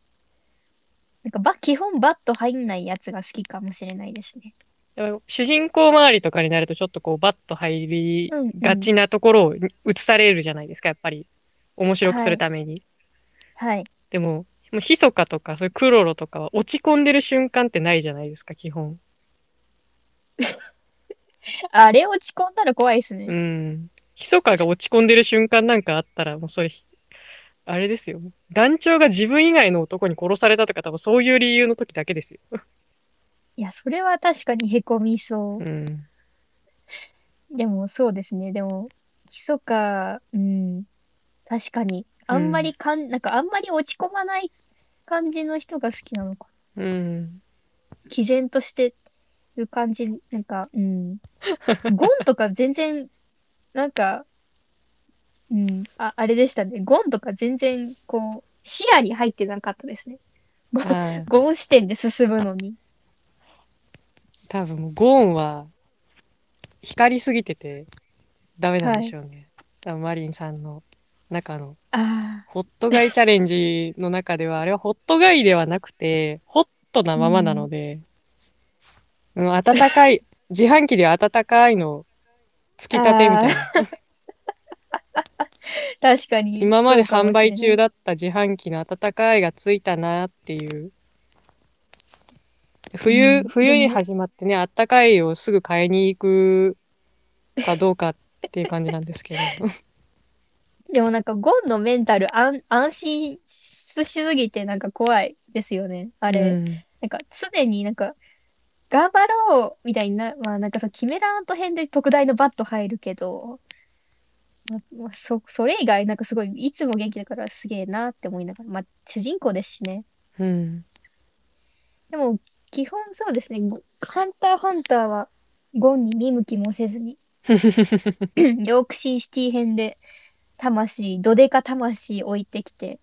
Speaker 1: なんか、ば、基本バット入んないやつが好きかもしれないですね。
Speaker 2: やっぱ主人公周りとかになるとちょっとこうバッと入り
Speaker 1: うんう
Speaker 2: が
Speaker 1: ん。
Speaker 2: ちなところを映されるじゃないですか、やっぱり。面白くす
Speaker 1: は
Speaker 2: る
Speaker 1: い。
Speaker 2: ために。
Speaker 1: はい。
Speaker 2: でも、もうヒソカとかそういうクロロとかは落ち込んでる瞬間ってないじゃないですか、基本。
Speaker 1: あれ落ち込んだら怖いです
Speaker 2: う
Speaker 1: ね。
Speaker 2: ん。ヒソカが落ち込んでる瞬間なんかあったらもうそれ、あれですよ。団長が自分以外の男に殺されたとか多分そういう理由の時だけですよ。
Speaker 1: いや、それは確かに凹みそうう。
Speaker 2: ん。
Speaker 1: でも、そうですね。でも、密か、うん。確かに。
Speaker 2: う
Speaker 1: あんま
Speaker 2: ん。
Speaker 1: りかん、なんかあんまり落ち込まない感じの人が好きなのか。
Speaker 2: うん。
Speaker 1: 毅然としてる感じ、なんか、うん。
Speaker 2: *laughs*
Speaker 1: ゴンとか全然、なんか、うん、あ、あれでしたね。ゴンとか全然、こう、視野に入ってなかったですね。ゴン、
Speaker 2: *laughs* ああ、
Speaker 1: ゴン視点で進むのに。
Speaker 2: 多分もうゴーンは光りすぎてて、ダメなん
Speaker 1: は
Speaker 2: でし
Speaker 1: い。
Speaker 2: ょうね。多分マリンさんの中の、
Speaker 1: ああ、
Speaker 2: ホットガイチャレンジの中では、あれはホットガイではなくて、ホットな
Speaker 1: う
Speaker 2: ままなの
Speaker 1: ん。
Speaker 2: で、うん、温かい、自販機では温かいのを突き立てみ
Speaker 1: あ
Speaker 2: たいな。
Speaker 1: あ、確かに、
Speaker 2: 今ま
Speaker 1: そ
Speaker 2: で
Speaker 1: うか
Speaker 2: 販
Speaker 1: もし
Speaker 2: 売
Speaker 1: れな
Speaker 2: 中
Speaker 1: い。
Speaker 2: だった自販機の温かいがついたなっていう。
Speaker 1: う
Speaker 2: 冬、
Speaker 1: ん、で
Speaker 2: 冬に
Speaker 1: も、
Speaker 2: 始まってね、温かいをすぐ買いに行くかどうかっていう感じなんですけど。
Speaker 1: でもなんか、ゴンのメンタル、安、安心しすぎて、なんか怖いですよね。 *laughs* あ
Speaker 2: う
Speaker 1: れ。
Speaker 2: ん。
Speaker 1: なんか、常になんか、頑張ろうみたいにな、まあなんかそう、キメラント編で特大のバット入るけど、まあ、まあそ、それ以外なんかすごい、いつも元気だからすげえなって思いながら、まあ主人公ですしね。
Speaker 2: うん。
Speaker 1: *laughs* でも、基本そうですね、ゴハンターハンターは、ゴンに見向きもせずに、ヨークシーシティ編で魂、どでか魂置いてきて。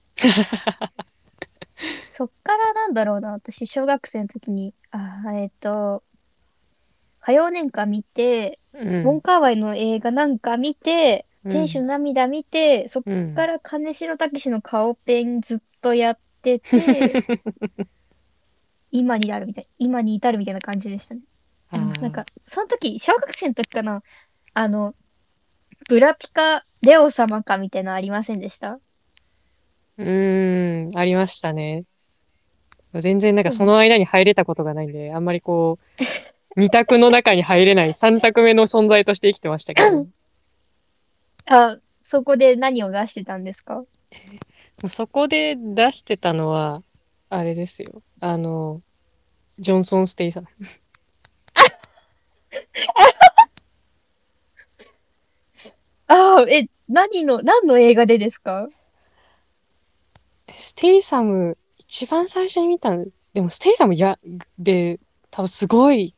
Speaker 1: そっからなんだろうな、私、小学生の時に、あー、えっと、火曜年間見て、
Speaker 2: うん。
Speaker 1: モンカーワイの映画なんか見て、
Speaker 2: うん
Speaker 1: 天使の涙見て、そっ
Speaker 2: うん
Speaker 1: から金城武の顔ペンずっとやって
Speaker 2: *laughs*
Speaker 1: て、今になるみたい、今に至るみたいな感じでしたね。でも
Speaker 2: あー
Speaker 1: なんか、その時、小学生の時かな、あの、ブラピカ、レオ様かみたいなのありませんでした
Speaker 2: うーん、ありましたね。全然なんかその間に入れたことがないんで、あんまりこ
Speaker 1: *laughs*
Speaker 2: う、二択の中に入れない三択目の存在として生きてましたけど、も
Speaker 1: あ、そこで何を出してたんですか
Speaker 2: うそこで出してたのは、あれですよ。あの、ジョンソン・ステイさん。
Speaker 1: ああ、え、何の、何の映画でですか
Speaker 2: ステイサム、一番最初に見たの、でもステイサムや、で、多分すごい、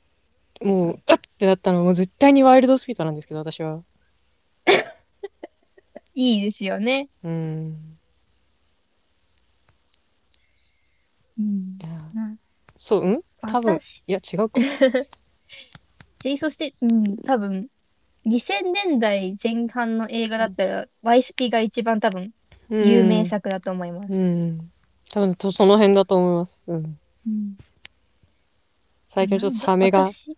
Speaker 2: もう、うっってなったのもう絶対にワイルドスピードなんですけど、私は。
Speaker 1: いいですよね。
Speaker 2: うん。
Speaker 1: うん
Speaker 2: い。や
Speaker 1: うん
Speaker 2: そう、うん多分、
Speaker 1: 私、
Speaker 2: いや、違うか。
Speaker 1: でそして、うん、多分、2000年代前半の映画だったら、ワイスピが一番多分、 *laughs* 有名作だと思いま
Speaker 2: う
Speaker 1: す。
Speaker 2: ん。多分と、その辺だと思います。うん。
Speaker 1: うん
Speaker 2: 最近ちょっとサメが
Speaker 1: *laughs* 私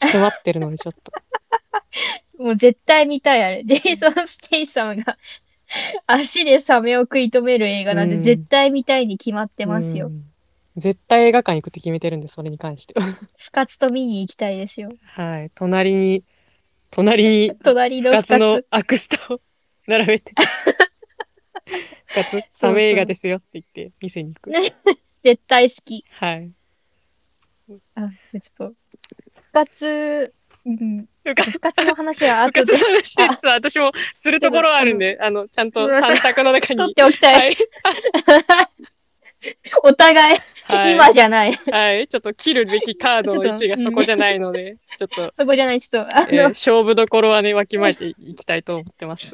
Speaker 2: 詰まってるので、ちょっ
Speaker 1: *laughs*
Speaker 2: と。
Speaker 1: もう絶対見たい、あれ。ジェイソン・ステイサムが *laughs* 足でサメを食い止める映画なんで、
Speaker 2: うん
Speaker 1: 絶対見たいに決まってます
Speaker 2: う
Speaker 1: よ。
Speaker 2: ん絶対映画館行くって決めてるんで、それに関しては。
Speaker 1: 深津と見に行きたいですよ。
Speaker 2: はい。隣に、隣に、
Speaker 1: 隣の
Speaker 2: 二
Speaker 1: 深
Speaker 2: つの
Speaker 1: 津。
Speaker 2: アクスタを並べて。二つ、サメ映画ですよって言って、店に行く。
Speaker 1: ね絶対好き。
Speaker 2: はい。
Speaker 1: あ、じゃあちょっと、深津、うん、
Speaker 2: うか、
Speaker 1: 深津の話は
Speaker 2: うか
Speaker 1: 後
Speaker 2: つ
Speaker 1: で
Speaker 2: の話、ちょっと私もするところはあるんで、あの、ちゃんと三択の中
Speaker 1: 取 *laughs* っ
Speaker 2: に。
Speaker 1: ておきた。
Speaker 2: はいい。
Speaker 1: *laughs* お互い、
Speaker 2: はい
Speaker 1: 今じゃない。
Speaker 2: はい、ちょっと切るべきカードの位置が
Speaker 1: ちょっと
Speaker 2: そこじゃないので、ちょっと、
Speaker 1: そこじゃない、ちょっと、あ
Speaker 2: えー
Speaker 1: の、
Speaker 2: 勝負どころはね、わきまえていきたいと思ってます。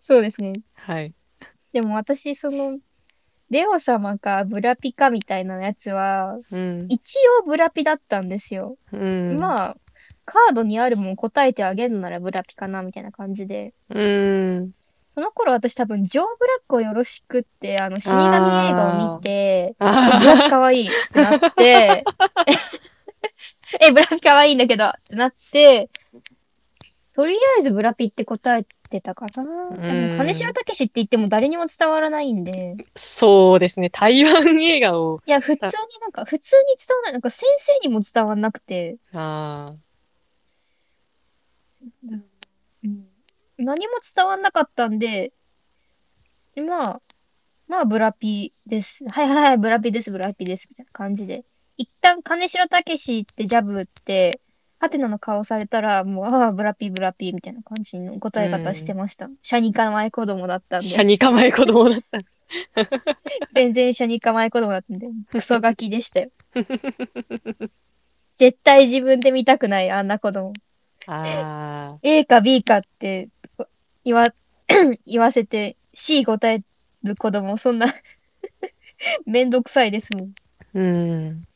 Speaker 1: そうですね。
Speaker 2: はい。
Speaker 1: でも私、その、レオ様かブラピかみたいなやつは、
Speaker 2: うん。
Speaker 1: 一応ブラピだったんですよ。
Speaker 2: うん。
Speaker 1: まあ、カードにあるもん答えてあげるならブラピかな、みたいな感じで。
Speaker 2: うん。
Speaker 1: その頃私多分、ジョー・ブラックをよろしくって、あの、死神映画を見て、
Speaker 2: あ
Speaker 1: ブラピかわいいってなって、え、ブラピかわいいんだけどってなって、とりあえずブラピって答えてたかな。でも金城武って言っても誰にも伝わらないんで。
Speaker 2: ーそうですね、台湾映画を、
Speaker 1: いや、普通になんか、普通に伝わらない。なんか先生にも伝わらなくて。
Speaker 2: あ
Speaker 1: うん何も伝わんなかったんで、でまあ、まあ、ブラピです。はいはいはい、ブラピです、ブラピです、みたいな感じで。一旦、金城武ってジャブ打って、ハテナの顔されたら、もう、ああ、ブラピ、ブラピ、みたいな感じの答え方してました。シャニカマイ子供だった
Speaker 2: あ、
Speaker 1: ん
Speaker 2: 車
Speaker 1: で、
Speaker 2: に構え子供だった。
Speaker 1: 全然シャニカマイ子供だったんで、クソガキでしたよ。絶対自分で見たくない、あんな子供。 *laughs*
Speaker 2: あ
Speaker 1: A か B かって言わ、 *clears throat* 言わせて C 答える子供、そんな *laughs* めんどくさいですもん。
Speaker 2: あ、うん。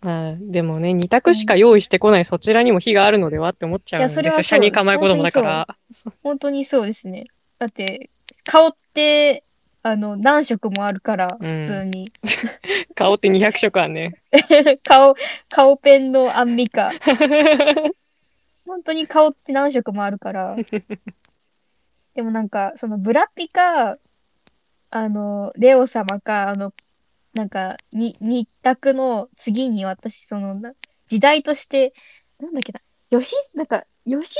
Speaker 2: まあ、でもね、二択しか用意してこないそちらにも火があるのではって思っちゃうんです
Speaker 1: いやそれはそう
Speaker 2: よ。車に構え子供だから。
Speaker 1: 本当にそうですね。だって、顔って、あの、何色もあるから、
Speaker 2: うん
Speaker 1: 普通に。 *laughs*
Speaker 2: 顔って200色あんね。
Speaker 1: 顔、顔ペンのアンミカ。本当に顔って何色もあるから。でもなんか、そのブラピか、あの、レオ様か、あの、なんか、に、日択の次に私、その、な時代として、なんだっけな、吉、なんか、吉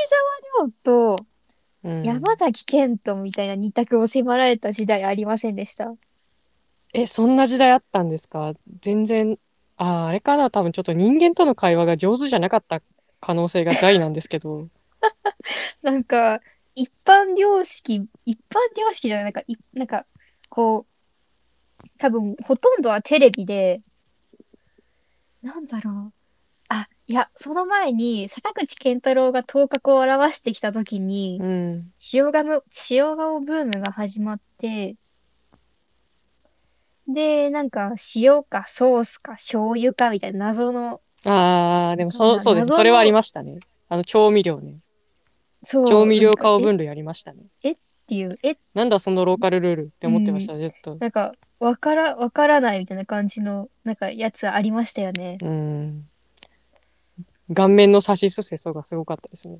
Speaker 1: 沢亮と
Speaker 2: うん
Speaker 1: 山崎賢人みたいな二択を迫られた時代ありませんでした。
Speaker 2: え、そんな時代あったんですか全然、あー、あれかな多分ちょっと人間との会話が上手じゃなかった可能性が大なんですけ
Speaker 1: *laughs*
Speaker 2: ど。
Speaker 1: なんか、一般良識、一般良識じゃない、なんか、い、なんか、こう、多分、ほとんどはテレビで、なんだろう。あ、いや、その前に、坂口健太郎が頭角を現してきた時に、
Speaker 2: うん。
Speaker 1: 塩顔、塩顔ブームが始まって、で、なんか、塩かソースか醤油かみたいな謎の、
Speaker 2: ああ、でも
Speaker 1: なん
Speaker 2: そ、
Speaker 1: だ
Speaker 2: そうです。
Speaker 1: 謎の
Speaker 2: それはありましたね。あの、調味料ね。
Speaker 1: そう、
Speaker 2: 調味料
Speaker 1: なんか
Speaker 2: 化を
Speaker 1: えっ
Speaker 2: 分類ありましたね。
Speaker 1: ていう、え、
Speaker 2: なんだそのローカルルールって思ってました、ずっと。
Speaker 1: なんか、わから、わからないみたいな感じの、なんか、やつありましたよね。
Speaker 2: うん。顔面の差しすせそがすごかったですね。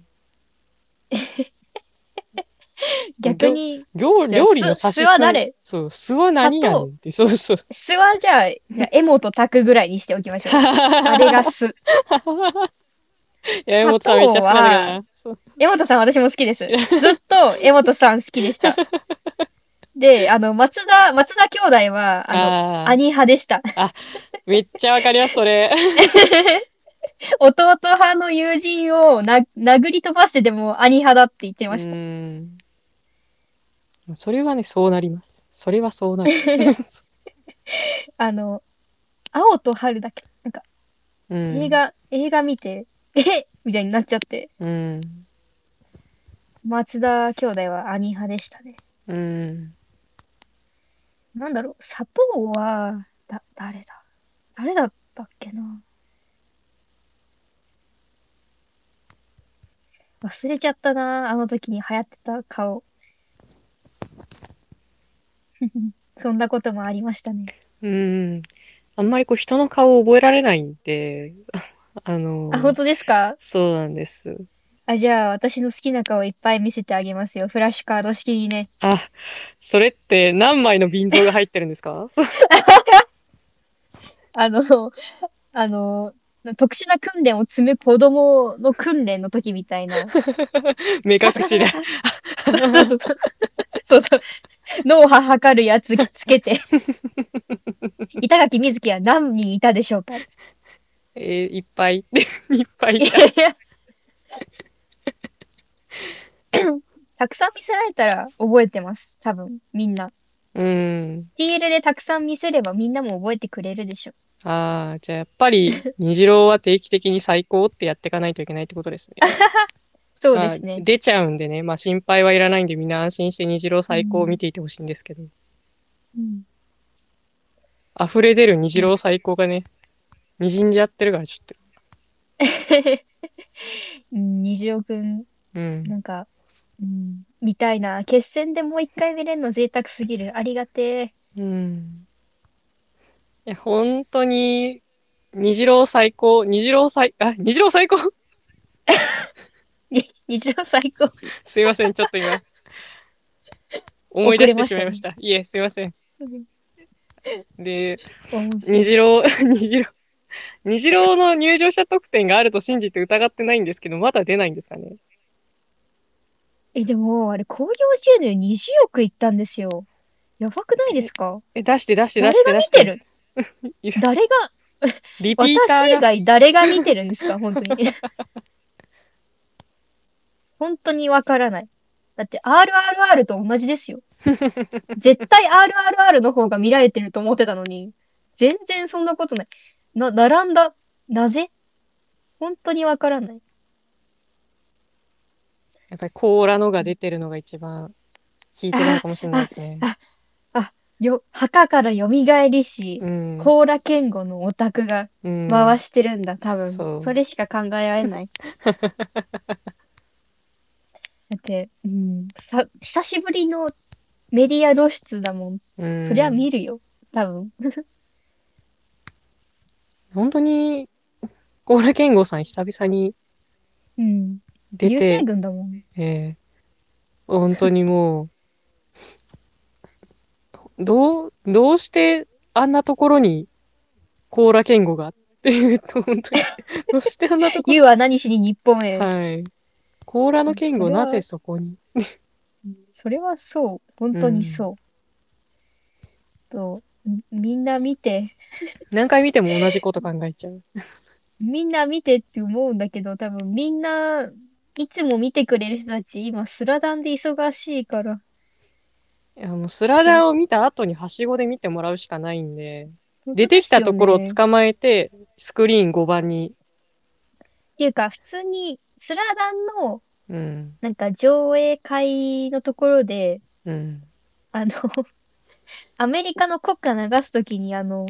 Speaker 1: 逆に、
Speaker 2: 料
Speaker 1: じゃあ
Speaker 2: 料理の
Speaker 1: す
Speaker 2: 差し
Speaker 1: 酢
Speaker 2: す
Speaker 1: は誰
Speaker 2: そう、酢は何やねんって、そうそう。
Speaker 1: 酢はじゃあ、じゃあ、エモとタクぐらいにしておきま
Speaker 2: *laughs*
Speaker 1: しょう。あ
Speaker 2: あ
Speaker 1: れが酢。
Speaker 2: いや、もうさ、めっちゃ好きなんだけどな。そう
Speaker 1: 江本さん私も好き
Speaker 2: *laughs*
Speaker 1: です。ずっと江本さん好きでした。で、あの、松田、松田兄弟は、あの、
Speaker 2: あー
Speaker 1: 兄派でした。 *laughs*
Speaker 2: めっちゃわかります、それ。
Speaker 1: 弟派の友人をな殴り飛ばしてでも兄派だって言ってまし
Speaker 2: う
Speaker 1: た。
Speaker 2: ん。それはね、そうなります。それはそう
Speaker 1: *laughs*
Speaker 2: なる。
Speaker 1: あの、青と春だっけなんか、
Speaker 2: うん、
Speaker 1: 映画、映画見て、えみたいになっちゃって、
Speaker 2: うん。
Speaker 1: 松田兄弟は兄派でしたね。
Speaker 2: うん。
Speaker 1: なんだろう、砂糖は、だ、誰だ誰だったっけな忘れちゃったな、あの時に流行ってた顔。 *laughs* そんなこともありましたね。
Speaker 2: うん。あんまりこう人の顔を覚えられないんで、あの、
Speaker 1: あ、本当ですか
Speaker 2: そうなんです。
Speaker 1: あ、じゃあ、私の好きな顔いっぱい見せてあげますよ。フラッシュカード式にね。
Speaker 2: あ、それって何枚の瓶蔵が入ってるんですか *laughs* そう
Speaker 1: あの、あの、特殊な訓練を積む子供の訓練の時みたいな。
Speaker 2: 目隠しで。
Speaker 1: そうそうそう。そうそう。脳波測るやつきつけて。板垣瑞希は何人いたでしょうかい
Speaker 2: *laughs* えーいっぱい。 *laughs* いっぱい。
Speaker 1: やいや。たくさん見せられたら覚えてます。多分、みんな。
Speaker 2: うん。
Speaker 1: TL でたくさん見せればみんなも覚えてくれるでしょ。
Speaker 2: ああ、じゃあやっぱり、虹郎は定期的に最高ってやっていかないといけないってことですね。
Speaker 1: そうです
Speaker 2: まあ
Speaker 1: ね。
Speaker 2: 出ちゃうんでね、まあ心配はいらないんでみんな安心して虹郎最高を見ていてほしいんですけど、
Speaker 1: うん
Speaker 2: 溢れ出る虹郎最高がね、滲んじゃってるからちょっと。
Speaker 1: うん、虹郎くん、
Speaker 2: うん。
Speaker 1: なんか、うん、みたいな。決戦でもう一回見れるの贅沢すぎる。ありがて
Speaker 2: うん。いや、本当に、虹郎最高、虹郎最、あ、虹郎最高 *laughs*
Speaker 1: *laughs* え。に虹郎最高。
Speaker 2: すいません、ちょっと今、思い出してしまいました。いえ、すいません。で、
Speaker 1: 面白い
Speaker 2: 虹郎、虹郎、虹郎の入場者特典があると信じて疑ってないんですけど、まだ出ないんですかね。
Speaker 1: え、でも、あれ、興行収入20億いったんですよ。やばくないですか
Speaker 2: え、出して出して出
Speaker 1: 誰
Speaker 2: し
Speaker 1: が
Speaker 2: て出
Speaker 1: 見
Speaker 2: してて。
Speaker 1: る *laughs* 誰が、
Speaker 2: リピータ
Speaker 1: 私以
Speaker 2: ーが。
Speaker 1: 外誰が見てるんですか本当に。 *laughs* 本当にわからない。だって RRR と同じ
Speaker 2: *laughs*
Speaker 1: ですよ。絶対 RRR の方が見られてると思ってたのに、全然そんなことない。な、並んだ。なぜ本当にわからない。
Speaker 2: やっぱりコーラのが出てるのが一番効いてるのかもしれないですね
Speaker 1: あ。よ、墓から蘇りし、
Speaker 2: うん。
Speaker 1: 甲羅健吾のオタクが
Speaker 2: うん
Speaker 1: 回してるんだ、多分。
Speaker 2: そう
Speaker 1: それしか考えられ
Speaker 2: *laughs*
Speaker 1: ない。だって、うん、さ、久しぶりのメディア露出だもん。
Speaker 2: うん
Speaker 1: そりゃ見るよ、多分。
Speaker 2: 本当に、高良健吾さん久々に
Speaker 1: うん。
Speaker 2: 出
Speaker 1: 流星
Speaker 2: て、
Speaker 1: 群だもん。
Speaker 2: ええ本当にもう、どう、どうしてあんなところに高良健吾がっていうと、本当に、どうしてあんなとこ
Speaker 1: ユ u は何しに日本
Speaker 2: ろ
Speaker 1: へ。
Speaker 2: はい。高良の健吾
Speaker 1: それは
Speaker 2: なぜそこに
Speaker 1: それはそう。本当にそう。と、みみんな見て、
Speaker 2: 何回見ても同じこと考えちゃう。
Speaker 1: みんな見てって思うんだけど、多分みんな、いつも見てくれる人たち、今、スラダンで忙しいから。
Speaker 2: いや、もうスラダンを見た後にはしごで見てもらうしかないんで、出てきたところを
Speaker 1: 使
Speaker 2: 捕まえて、スクリーン5番に
Speaker 1: っていうか、普通に、スラダンの、
Speaker 2: うん。
Speaker 1: なんか上映会のところで、
Speaker 2: うん。
Speaker 1: あの、 *laughs* アメリカの国歌流すときに、あの、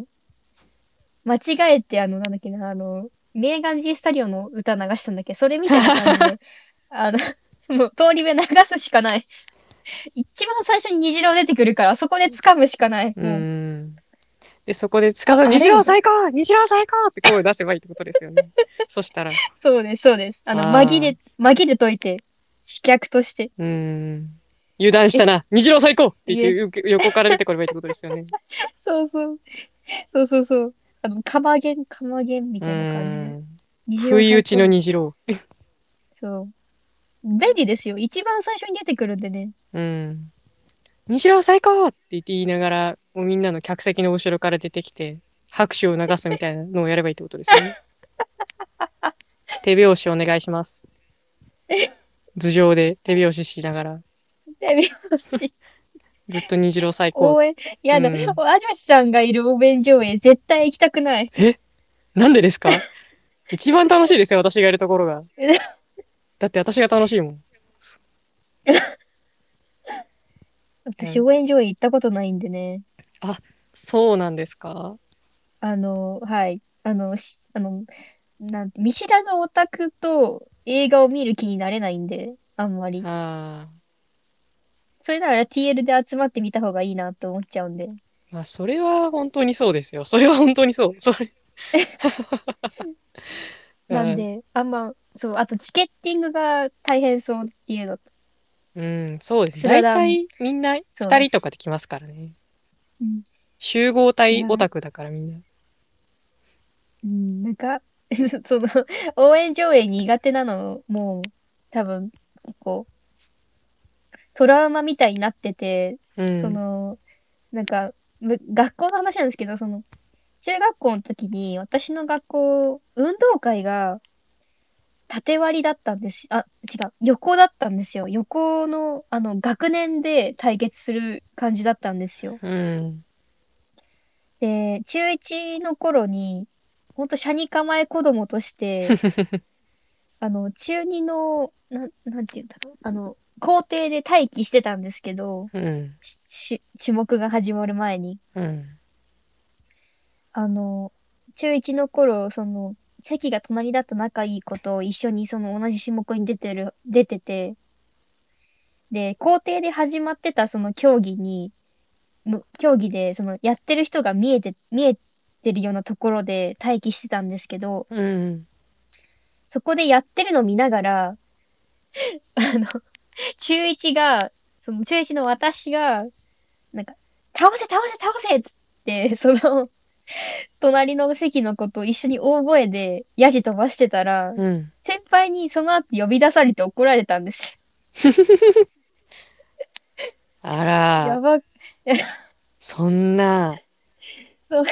Speaker 1: 間違えて、あの、なんだっけな、あの、メーガン・ジー・スタリオの歌流したんだっけど、それみたいな
Speaker 2: *laughs*
Speaker 1: 感じで、あの、もう通り目流すしかない。一番最初に虹色出てくるから、そこで掴むしかない。
Speaker 2: う。
Speaker 1: もうん
Speaker 2: で、そこで、つかさん、
Speaker 1: あれ
Speaker 2: 西郎最高西郎最高って声を出せばいいってことですよ
Speaker 1: *laughs*
Speaker 2: ね。そしたら、
Speaker 1: そうです、そうです。あの、
Speaker 2: あー
Speaker 1: 紛れ、紛れといて、刺客として。
Speaker 2: うん。油断したな。虹郎最高って言って、横から出てこればいいってことですよね。
Speaker 1: そうそう。そうそうそう。あの、かまげん、かまげんみ
Speaker 2: う
Speaker 1: た *laughs* いな感じで。
Speaker 2: ん。
Speaker 1: 虹色
Speaker 2: 不意打ちの
Speaker 1: 最高
Speaker 2: 虹郎。
Speaker 1: そう。便利ですよ。一番最初に出てくるんでね。
Speaker 2: うん。西郎最高って言って言いながら、もうみんなの客席の後ろから出てきて、拍手を流すみたいなのをやればいいってことですよ
Speaker 1: *laughs*
Speaker 2: ね。手拍子お願いします。頭上で手拍子しながら、
Speaker 1: 手拍 *laughs* 子。
Speaker 2: ずっと虹郎最高。
Speaker 1: 応援。いやだ、
Speaker 2: う
Speaker 1: うんアジョシさんがいる応援上映、絶対行きたくない。
Speaker 2: なんでですか一番楽しいですよ、私がいるところが。 *laughs* だって私が楽しいもん。
Speaker 1: 私、応援上映行ったことないんでね。
Speaker 2: そうなんですか
Speaker 1: あの、はい。あの、し、あの、なんて、見知らぬオタクと映画を見る気になれないんで、あんまり。
Speaker 2: ああ。
Speaker 1: それなら TL で集まってみた方がいいなと思っちゃうんで。
Speaker 2: まあ、それは本当にそうですよ。それは本当にそう。そ *laughs* れ。
Speaker 1: なんで、あんま、そう、あとチケッティングが大変そうっていうのと。
Speaker 2: うん、そうです
Speaker 1: ス
Speaker 2: ね。大
Speaker 1: ラダン
Speaker 2: 体みんな2
Speaker 1: そう
Speaker 2: 人とかで来ますからね。
Speaker 1: うん
Speaker 2: 集合体オタクだからみんな。
Speaker 1: うん、なんか、 *laughs* その、応援上映苦手なの、もう、多分、こう、トラウマみたいになってて、
Speaker 2: うん。
Speaker 1: その、なんか、む学校の話なんですけど、その、中学校の時に、私の学校、運動会が、縦割りだったんです。あ、違う、横だったんですよ。横の、あの、学年で対決する感じだったんですよ。
Speaker 2: うん。
Speaker 1: で、中1の頃に、ほんと、斜に構え子供として、あの、中2の、なん、なんて言うんだろう、あの、校庭で待機してたんですけど、
Speaker 2: うん。
Speaker 1: し、し、種目が始まる前に。
Speaker 2: うん。
Speaker 1: あの、中1の頃、その、席が隣だった仲いい子と一緒にその同じ種目に出てる、出てて、で、校庭で始まってたその競技に、の競技でそのやってる人が見えて、見えてるようなところで待機してたんですけど、
Speaker 2: うん。
Speaker 1: そこでやってるの見ながら、 *laughs* あの、中1が、その中1の私が、なんか、倒せ倒せ倒せっつって、その、隣の席の子と一緒に大声でヤジ飛ばしてたら、
Speaker 2: うん。
Speaker 1: 先輩にその後呼び出されて怒られたんです
Speaker 2: あ
Speaker 1: よ。や
Speaker 2: ら、
Speaker 1: ば、
Speaker 2: そんな、
Speaker 1: そう、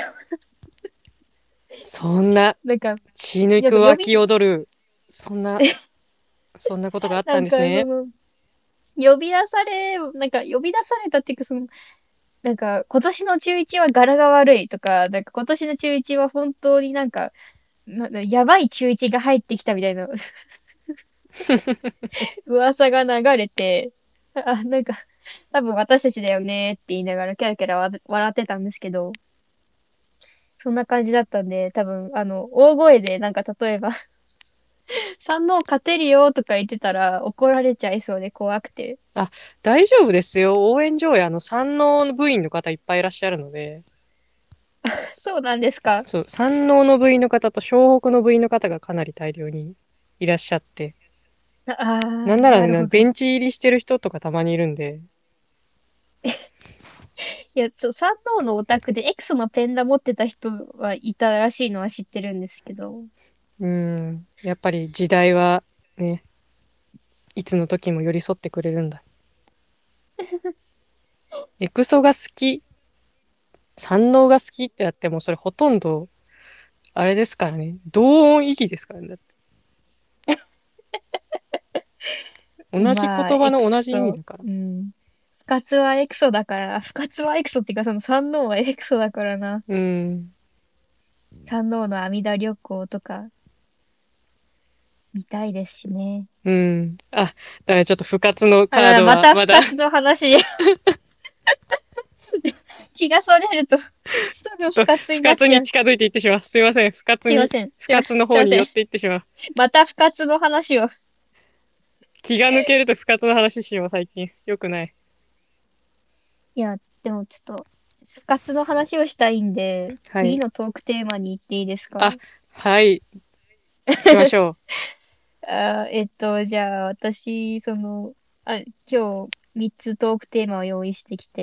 Speaker 2: そんな、
Speaker 1: なんか、
Speaker 2: 血抜く湧き踊る、そんな、そんなことがあったんですね。
Speaker 1: なんかその呼び出され、なんか呼び出されたっていうか、その、なんか今年の中1は柄が悪いとか、なんか今年の中1は本当になんか、なやばい中1が入ってきたみたいな噂が流れて、あ、なんか、多分私たちだよねって言いながらキャラキャラわ笑ってたんですけど、そんな感じだったんで、多分、あの、大声でなんか例えば三能勝てるよとか言ってたら怒られちゃいそうで怖くて。
Speaker 2: 大丈夫ですよ。応援上映、あの、山王の部員の方いっぱいいらっしゃるので、
Speaker 1: そうなんですか。
Speaker 2: そう、山王の部員の方と湘北の部員の方がかなり大量にいらっしゃって、
Speaker 1: ああー、
Speaker 2: なんならね
Speaker 1: るほど。
Speaker 2: ベンチ入りしてる人とかたまにいるんで。
Speaker 1: いや、そう、三能のオタクでエクソのペンダ持ってた人はいたらしいのは知ってるんですけど。
Speaker 2: うん。やっぱり時代はね、いつの時も寄り添ってくれ
Speaker 1: *laughs*
Speaker 2: るんだ。エクソが好き、山王が好きってあっても、それほとんど、あれですからね、同音異義ですからね、
Speaker 1: *laughs*
Speaker 2: だって。同じ言葉の同じ意味だから。
Speaker 1: うん。不活はエクソだから、あ不活はエクソっていうか、その三能はエクソだからな。
Speaker 2: うん。
Speaker 1: 三能の阿弥陀旅行とか。見たいですしね。
Speaker 2: うん。あ、だからちょっと不活のカー
Speaker 1: あ
Speaker 2: ド
Speaker 1: ま
Speaker 2: は、
Speaker 1: た
Speaker 2: ま
Speaker 1: 不
Speaker 2: だ、
Speaker 1: 活の
Speaker 2: *laughs*
Speaker 1: 話。気がそれると、すぐ不活に
Speaker 2: 不
Speaker 1: なっ
Speaker 2: 活
Speaker 1: ちゃ
Speaker 2: に
Speaker 1: う。
Speaker 2: 近づいていってしまう。すいません。不活
Speaker 1: すい
Speaker 2: に、
Speaker 1: ま
Speaker 2: 不
Speaker 1: せん。すいません。
Speaker 2: 活の方に寄っていってしまう。
Speaker 1: また不活の話を。
Speaker 2: 気が抜けると不活の話しよう、最近。よくない。
Speaker 1: いや、でもちょっと、不活の話をしたいんで、
Speaker 2: はい
Speaker 1: 次のトークテーマに行っていいですか
Speaker 2: あはい。行きましょ
Speaker 1: あーえっと、じゃあ私、その、あ、今日3つトークテーマを用意してきて、